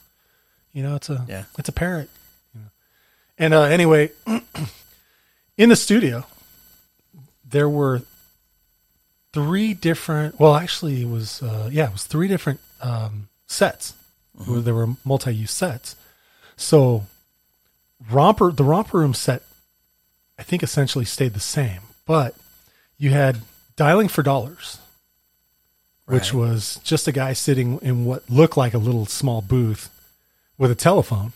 Speaker 1: you know, it's a
Speaker 2: Yeah.
Speaker 1: it's a parrot." You know. And uh, anyway, in the studio, there were three different. Well, actually, it was uh, yeah, it was three different um, sets.
Speaker 2: Mm-hmm.
Speaker 1: There were multi-use sets. So romper the romper room set, I think essentially stayed the same, but you had dialing for dollars, which
Speaker 2: Right.
Speaker 1: was just a guy sitting in what looked like a little small booth with a telephone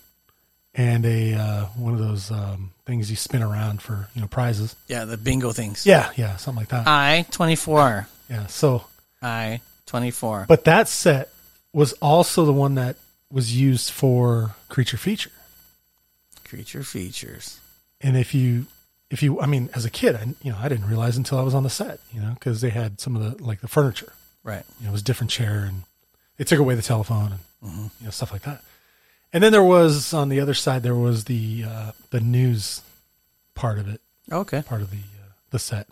Speaker 1: and a uh, one of those um, things you spin around for you know prizes.
Speaker 2: yeah, the bingo things.
Speaker 1: Yeah, yeah, something like that.
Speaker 2: I twenty four.
Speaker 1: Yeah. So,
Speaker 2: I twenty four.
Speaker 1: but that set was also the one that was used for creature feature.
Speaker 2: Creature features.
Speaker 1: And if you, if you, I mean, as a kid, I, you know, I didn't realize until I was on the set, you know, because they had some of the like the furniture.
Speaker 2: Right.
Speaker 1: You know, it was a different chair, and they took away the telephone and you know stuff like that. And then there was on the other side there was the uh, the news part of it,
Speaker 2: Okay.
Speaker 1: part of the uh, the set.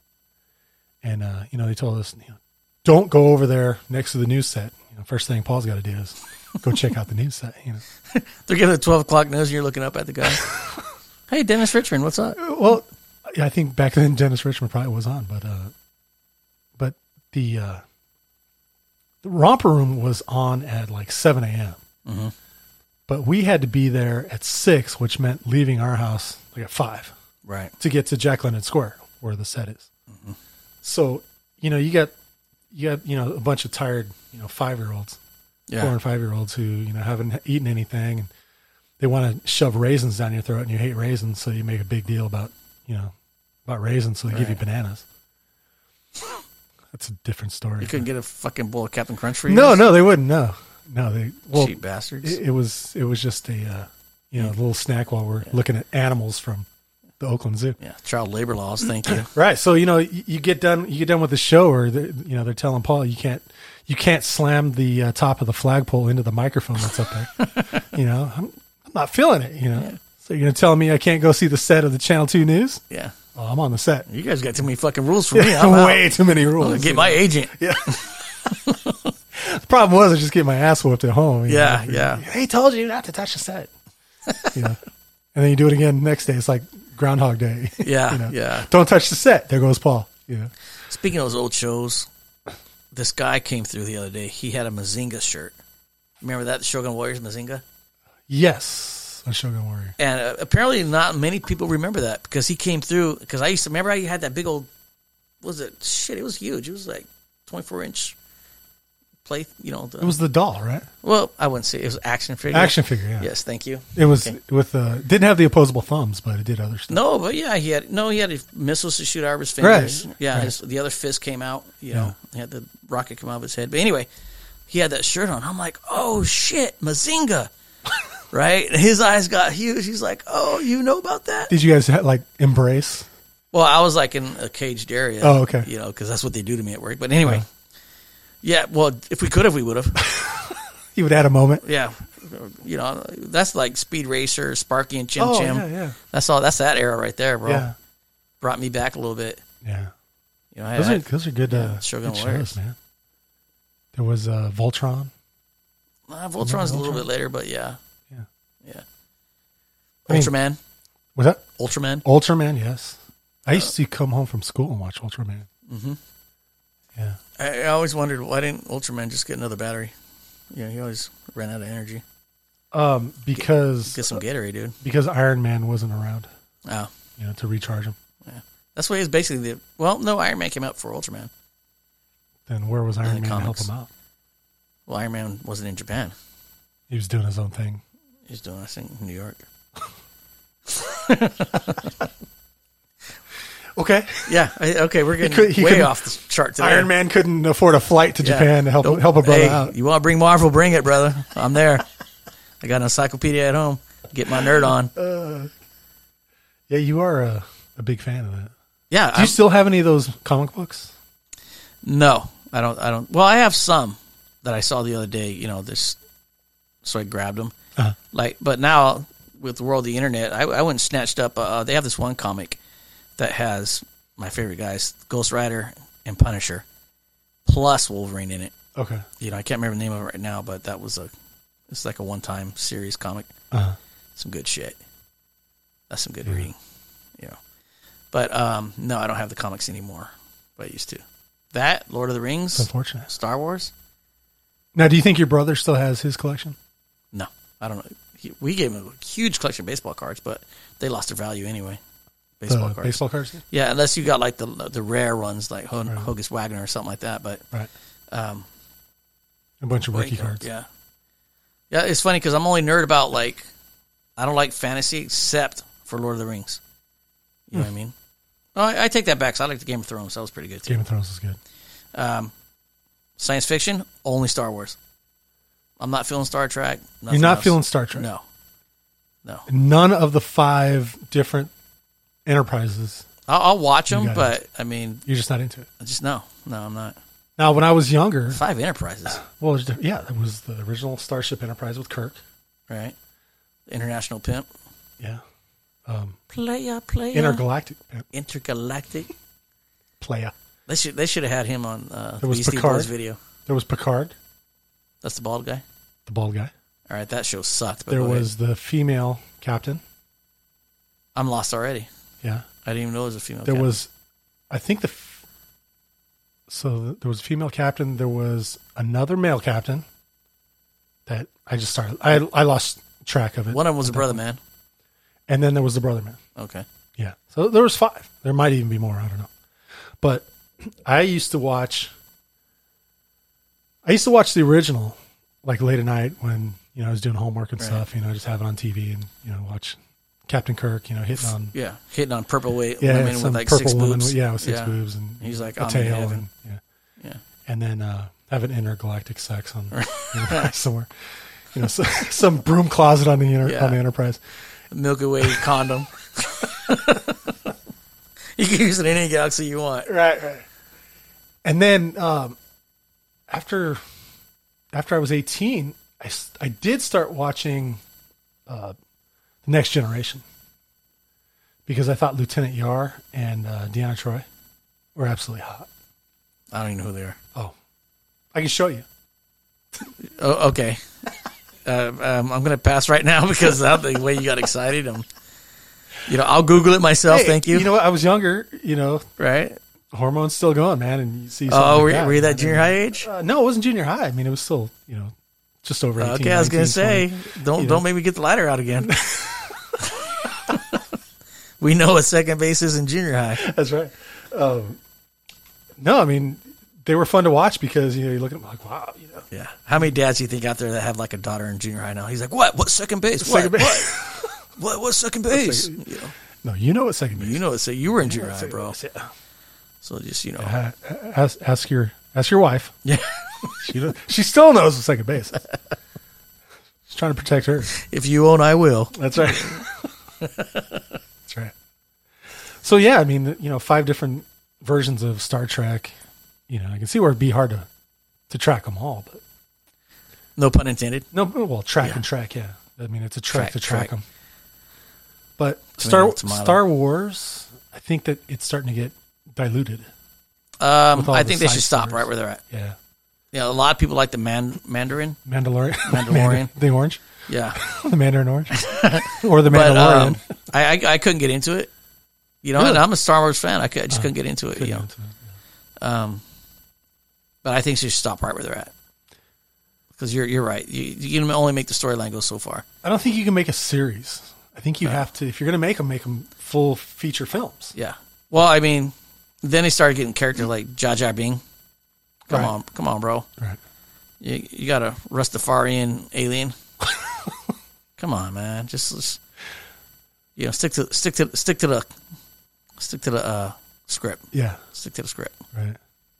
Speaker 1: And uh, you know, they told us, you know, don't go over there next to the news set. you know, first thing Paul's got to do is go check out the news site. You know,
Speaker 2: They're giving a 12 o'clock news and you're looking up at the guy. hey, Dennis Richmond, what's up?
Speaker 1: well, yeah, I think back then Dennis Richmond probably was on, but uh, but the uh, the romper room was on at like seven a.m. But we had to be there at six, which meant leaving our house like at five.
Speaker 2: Right.
Speaker 1: to get to Jack London Square where the set is.
Speaker 2: Mm-hmm.
Speaker 1: So you know you got you got you know a bunch of tired you know five year olds,
Speaker 2: Yeah.
Speaker 1: four and five year olds who you know haven't eaten anything and they want to shove raisins down your throat and you hate raisins, so you make a big deal about you know about raisins, so they give you bananas. That's a different story.
Speaker 2: You couldn't get a fucking bowl of Captain Crunch for you?
Speaker 1: no, no, they wouldn't. No, no, they well,
Speaker 2: Cheap bastards.
Speaker 1: it, it was it was just a uh, you know a little snack while we're looking at animals from the Oakland Zoo.
Speaker 2: yeah. Child labor laws. Thank you.
Speaker 1: Right. So you know, you, you get done, you get done with the show, or the, you know, they're telling Paul you can't, you can't slam the uh, top of the flagpole into the microphone that's up there. you know, I'm, I'm not feeling it. You know, so you're gonna tell me I can't go see the set of the Channel Two News?
Speaker 2: yeah.
Speaker 1: Oh, I'm on the set.
Speaker 2: You guys got too many fucking rules for me. I'm out.
Speaker 1: Way too many
Speaker 2: I'll
Speaker 1: rules.
Speaker 2: Get my agent.
Speaker 1: the problem was I just get my ass whooped at home. you
Speaker 2: Yeah,
Speaker 1: know.
Speaker 2: yeah.
Speaker 1: They told you not to touch the set. you know, and then you do it again next day. It's like Groundhog Day.
Speaker 2: Yeah,
Speaker 1: you know?
Speaker 2: yeah.
Speaker 1: Don't touch the set. There goes Paul. You know.
Speaker 2: Speaking of those old shows, this guy came through the other day. He had a Mazinga shirt. Remember that Shogun Warriors Mazinga?
Speaker 1: Yes, on Shogun Warrior.
Speaker 2: And uh, apparently, not many people remember that because he came through. Because I used to remember I had that big old what was it shit? It was huge. It was like twenty four inch play. You know,
Speaker 1: It
Speaker 2: the,
Speaker 1: was the doll, right?
Speaker 2: well, I wouldn't say it was action figure.
Speaker 1: Action figure, yeah.
Speaker 2: Yes, thank you.
Speaker 1: It was with uh didn't have the opposable thumbs, but it did other stuff.
Speaker 2: No, but yeah, he had no. He had missiles to shoot out of his fingers.
Speaker 1: Right,
Speaker 2: Yeah,
Speaker 1: right.
Speaker 2: His, the other fist came out. You know, he had the rocket come out of his head. But anyway, he had that shirt on. I'm like, oh shit, Mazinga, right? And his eyes got huge. He's like, oh, you know about that?
Speaker 1: Did you guys ha- like embrace?
Speaker 2: Well, I was like in a caged area.
Speaker 1: Oh, okay. Uh-huh.
Speaker 2: You know, because that's what they do to me at work. But anyway, yeah. Well, if we could have, we would have.
Speaker 1: You would add a moment.
Speaker 2: yeah. You know, that's like Speed Racer, Sparky, and Chim
Speaker 1: Oh,
Speaker 2: Chim.
Speaker 1: yeah, yeah.
Speaker 2: That's all. That's that era right there, bro.
Speaker 1: Yeah,
Speaker 2: Brought me back a little bit.
Speaker 1: yeah.
Speaker 2: You know, I
Speaker 1: Those
Speaker 2: had-
Speaker 1: are those are good. uh,
Speaker 2: Shogun
Speaker 1: good
Speaker 2: Warriors.
Speaker 1: shows, man. There was uh, Voltron.
Speaker 2: Uh, Voltron's a little bit later, but yeah,
Speaker 1: Yeah.
Speaker 2: yeah.
Speaker 1: I mean-
Speaker 2: Ultraman,
Speaker 1: Was that
Speaker 2: Ultraman.
Speaker 1: Ultraman? Yes. I used to come home from school and watch Ultraman. Mm-hmm. Yeah.
Speaker 2: I, I always wondered why didn't Ultraman just get another battery? You know, he always ran out of energy.
Speaker 1: Um, because
Speaker 2: Get some Gatorade, dude.
Speaker 1: because Iron Man wasn't around,
Speaker 2: Oh,
Speaker 1: you know, to recharge him.
Speaker 2: yeah. That's why he's basically the well, no, Iron Man came out for Ultraman.
Speaker 1: Then where was Iron
Speaker 2: the
Speaker 1: Man to help
Speaker 2: comics.
Speaker 1: him out?
Speaker 2: Well, Iron Man wasn't in Japan.
Speaker 1: He was doing his own thing.
Speaker 2: He was doing this thing in New York.
Speaker 1: Okay.
Speaker 2: Yeah. I, okay, we're getting
Speaker 1: could- he
Speaker 2: way
Speaker 1: couldn't-
Speaker 2: off the chart today.
Speaker 1: Iron Man couldn't afford a flight to
Speaker 2: Yeah.
Speaker 1: Japan to help
Speaker 2: Nope.
Speaker 1: help a brother
Speaker 2: Hey,
Speaker 1: out.
Speaker 2: You want to bring Marvel? Bring it, brother. I'm there. I got an encyclopedia at home. Get my nerd on.
Speaker 1: Yeah, you are a, a big fan of that.
Speaker 2: Yeah.
Speaker 1: Do you still have any of those comic books?
Speaker 2: No, I don't. I don't. Well, I have some that I saw the other day. You know this, so I grabbed them.
Speaker 1: Uh-huh.
Speaker 2: Like, but now with the world of the internet, I, I went and snatched up. Uh, they have this one comic that has my favorite guys, Ghost Rider and Punisher, plus Wolverine in it.
Speaker 1: Okay.
Speaker 2: You know, I can't remember the name of it right now, but that was a. It's like a one-time series comic.
Speaker 1: Uh-huh.
Speaker 2: Some good shit. That's some good reading. You know, but um, no, I don't have the comics anymore. But I used to. That Lord of the Rings.
Speaker 1: It's unfortunate.
Speaker 2: Star Wars?
Speaker 1: Now, do you think your brother still has his collection?
Speaker 2: No, I don't know. He, we gave him a huge collection of baseball cards, but they lost their value anyway. Baseball
Speaker 1: the
Speaker 2: cards,
Speaker 1: Uh, baseball cards?
Speaker 2: yeah, unless you got like the the rare ones like Ho- Hogus Wagner or something like that. But
Speaker 1: Right.
Speaker 2: um,
Speaker 1: A bunch of rookie cards.
Speaker 2: yeah, yeah, it's funny because I'm only nerd about like I don't like fantasy except for Lord of the Rings. You
Speaker 1: Hmm.
Speaker 2: know what I mean? Oh, I, I take that back. 'cause I like the Game of Thrones. That was pretty good too.
Speaker 1: Game of Thrones is good.
Speaker 2: Um, science fiction only Star Wars. I'm not feeling Star Trek. nothing
Speaker 1: You're not
Speaker 2: else.
Speaker 1: feeling Star Trek.
Speaker 2: no, no.
Speaker 1: None of the five different enterprises.
Speaker 2: I'll, I'll watch them,
Speaker 1: got
Speaker 2: but I mean,
Speaker 1: You're just not into it.
Speaker 2: I just no, no, I'm not.
Speaker 1: Now, when I was younger,
Speaker 2: Five Enterprises,
Speaker 1: well, it was diff- yeah, it was the original Starship Enterprise with Kirk.
Speaker 2: right? International Pimp,
Speaker 1: Yeah.
Speaker 2: player, player,
Speaker 1: Intergalactic uh,
Speaker 2: intergalactic.
Speaker 1: player.
Speaker 2: They should they should have had him on uh,
Speaker 1: There was
Speaker 2: Beastie
Speaker 1: Picard.
Speaker 2: Boys video.
Speaker 1: There was Picard.
Speaker 2: That's the bald guy.
Speaker 1: the bald guy.
Speaker 2: All right, that show sucked. But
Speaker 1: There
Speaker 2: go ahead.
Speaker 1: was the female captain.
Speaker 2: I'm lost already.
Speaker 1: Yeah.
Speaker 2: I didn't even know there was a female.
Speaker 1: There
Speaker 2: cat.
Speaker 1: was, I think the. F- so th- there was a female captain. There was another male captain. That I just started. I I lost track of it.
Speaker 2: one of them was a brother man.
Speaker 1: And then there was the brother man.
Speaker 2: Okay,
Speaker 1: Yeah. So there was five. There might even be more. I don't know. But I used to watch. I used to watch the original, like late at night when you know I was doing homework and stuff. You know, just have it on TV and you know watch Captain Kirk. You know, hitting on
Speaker 2: yeah, hitting on purple weight
Speaker 1: yeah
Speaker 2: women
Speaker 1: some
Speaker 2: with like
Speaker 1: purple
Speaker 2: six
Speaker 1: woman.
Speaker 2: boobs.
Speaker 1: Yeah, with six
Speaker 2: Yeah.
Speaker 1: boobs and
Speaker 2: He's like,
Speaker 1: a
Speaker 2: "I'm in
Speaker 1: tail
Speaker 2: heaven."
Speaker 1: and yeah,
Speaker 2: Yeah.
Speaker 1: and then uh, have an intergalactic sex on you know, somewhere. You know, so, some broom closet on the inter-
Speaker 2: Yeah.
Speaker 1: on the Enterprise.
Speaker 2: Milky Way condom. you can use it in any galaxy you want.
Speaker 1: right, right. And then um, after after I was eighteen, I, s- I did start watching uh, the Next Generation because I thought Lieutenant Yar and uh, Deanna Troy were absolutely hot.
Speaker 2: I don't even know who they are.
Speaker 1: Oh, I can show you.
Speaker 2: Oh, okay. Uh, um, I'm going to pass right now because of the way you got excited. i you know, I'll Google it myself.
Speaker 1: Hey,
Speaker 2: thank you.
Speaker 1: You know what? I was younger. You know,
Speaker 2: right?
Speaker 1: hormones still going, man. And you see. something
Speaker 2: Oh,
Speaker 1: like
Speaker 2: were, you-
Speaker 1: that,
Speaker 2: were you that
Speaker 1: man.
Speaker 2: junior high age?
Speaker 1: Uh, no, it wasn't junior high. I mean, it was still you know just over. 18,
Speaker 2: okay, I was going to
Speaker 1: 19, 20.
Speaker 2: say, don't don't make me get the lighter out again. we know what second base is in junior high.
Speaker 1: That's right. Um, no, I mean they were fun to watch because you know you look at them like wow, you know.
Speaker 2: Yeah. How many dads do you think out there that have like a daughter in junior high now? He's like, what? What second base? What?
Speaker 1: Second base."
Speaker 2: What? what? What second base? you, know,
Speaker 1: No, you know what second base.
Speaker 2: you know, so you were in junior high,
Speaker 1: Second
Speaker 2: bro.
Speaker 1: base, yeah.
Speaker 2: So just you know,
Speaker 1: Uh, ask, ask your ask your wife.
Speaker 2: yeah.
Speaker 1: She don't- she still knows what second base. is. She's trying to protect her.
Speaker 2: if you own, I will.
Speaker 1: That's right. That's right. So yeah, I mean you know five different versions of Star Trek. You know I can see where it'd be hard to to track them all, but
Speaker 2: No pun intended.
Speaker 1: No, well, track
Speaker 2: Yeah.
Speaker 1: and track, yeah. I mean, it's a track,
Speaker 2: Track,
Speaker 1: to track,
Speaker 2: track.
Speaker 1: them. But Star
Speaker 2: it's modern.
Speaker 1: Star Wars, I think that it's starting to get diluted.
Speaker 2: Um,
Speaker 1: With all
Speaker 2: I
Speaker 1: the
Speaker 2: think they
Speaker 1: side
Speaker 2: should stop
Speaker 1: stories.
Speaker 2: right where they're at.
Speaker 1: Yeah,
Speaker 2: Yeah, a lot of people like the man Mandarin.
Speaker 1: Mandalorian,
Speaker 2: Mandalorian.
Speaker 1: the orange,
Speaker 2: Yeah,
Speaker 1: the Mandarin orange, or the
Speaker 2: but
Speaker 1: Mandalorian.
Speaker 2: um, I, I I couldn't get into it. You know, and
Speaker 1: Really?
Speaker 2: I'm a Star Wars fan. I, could, I just couldn't get into it.
Speaker 1: Couldn't
Speaker 2: You know,
Speaker 1: answer that.
Speaker 2: um, but I think they should stop right where they're at because you're you're right. You you can only make the storyline go so far.
Speaker 1: I don't think you can make a series. I think you have to, if you're going to make them, make them full feature films.
Speaker 2: Yeah. Well, I mean, then they started getting characters like Jar Jar Bing. Come
Speaker 1: Right.
Speaker 2: on, come on, bro.
Speaker 1: Right.
Speaker 2: You you got a Rastafarian alien. Come on, man. Just, just you know, stick to stick to stick to the stick to the uh, script.
Speaker 1: Yeah.
Speaker 2: Stick to the script.
Speaker 1: Right.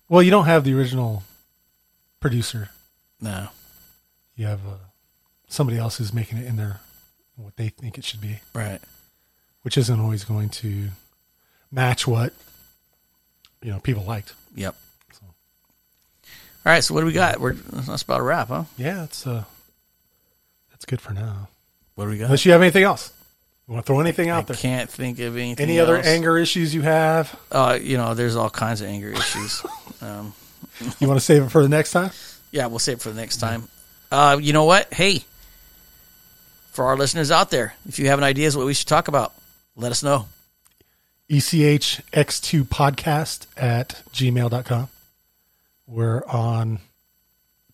Speaker 1: Well, you don't have the original producer.
Speaker 2: No,
Speaker 1: You have uh, somebody else who's making it in their what they think it should be.
Speaker 2: right?
Speaker 1: which isn't always going to match what you know people liked.
Speaker 2: Yep. All right. So what do we got? We're that's about a wrap, huh?
Speaker 1: Yeah, it's uh, that's good for now.
Speaker 2: What do we got?
Speaker 1: Unless you have anything else, you want to throw anything
Speaker 2: I
Speaker 1: out there?
Speaker 2: can't think of anything.
Speaker 1: Any other
Speaker 2: else.
Speaker 1: anger issues you have?
Speaker 2: Uh, you know, there's all kinds of anger issues. um,
Speaker 1: You want to save it for the next time?
Speaker 2: Yeah, we'll save it for the next time. Uh, you know what? Hey, for our listeners out there, if you have an ideas what we should talk about, let us know.
Speaker 1: E ECHX2 podcast at gmail.com. We're on.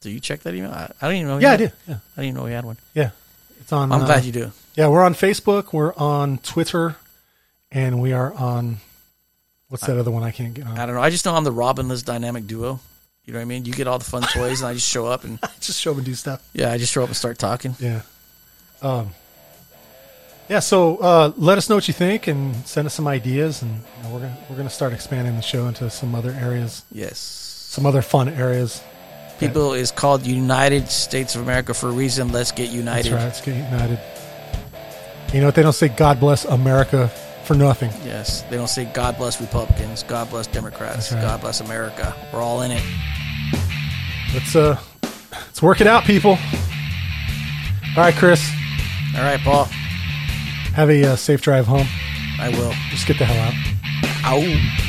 Speaker 2: Do you check that email? I, I don't even know. we
Speaker 1: Yeah, I
Speaker 2: had-
Speaker 1: did. Yeah,
Speaker 2: I didn't know we had one.
Speaker 1: yeah. It's on.
Speaker 2: I'm
Speaker 1: uh,
Speaker 2: glad you do.
Speaker 1: Yeah, we're on Facebook. We're on Twitter, and we are on. What's that other one I can't get uh, on?
Speaker 2: I don't know. I just know I'm the Robinless dynamic duo. You know what I mean? You get all the fun toys, and I just show up and
Speaker 1: Just show and do stuff.
Speaker 2: yeah, I just show up and start talking.
Speaker 1: Yeah. Um, yeah. So uh, let us know what you think and send us some ideas, and you know, we're gonna we're gonna start expanding the show into some other areas,
Speaker 2: Yes,
Speaker 1: some other fun areas.
Speaker 2: people is called United States of America for a reason. Let's get
Speaker 1: That's
Speaker 2: united.
Speaker 1: right. Let's get united. You know what they don't say? God bless America for nothing.
Speaker 2: Yes, they don't say God bless Republicans, God bless Democrats,
Speaker 1: That's right.
Speaker 2: God bless America. We're all in it.
Speaker 1: Let's uh, let's work it out, people. All right, Chris.
Speaker 2: All right, Paul.
Speaker 1: Have a uh, safe drive home.
Speaker 2: I will.
Speaker 1: Just get the hell out.
Speaker 2: Ow.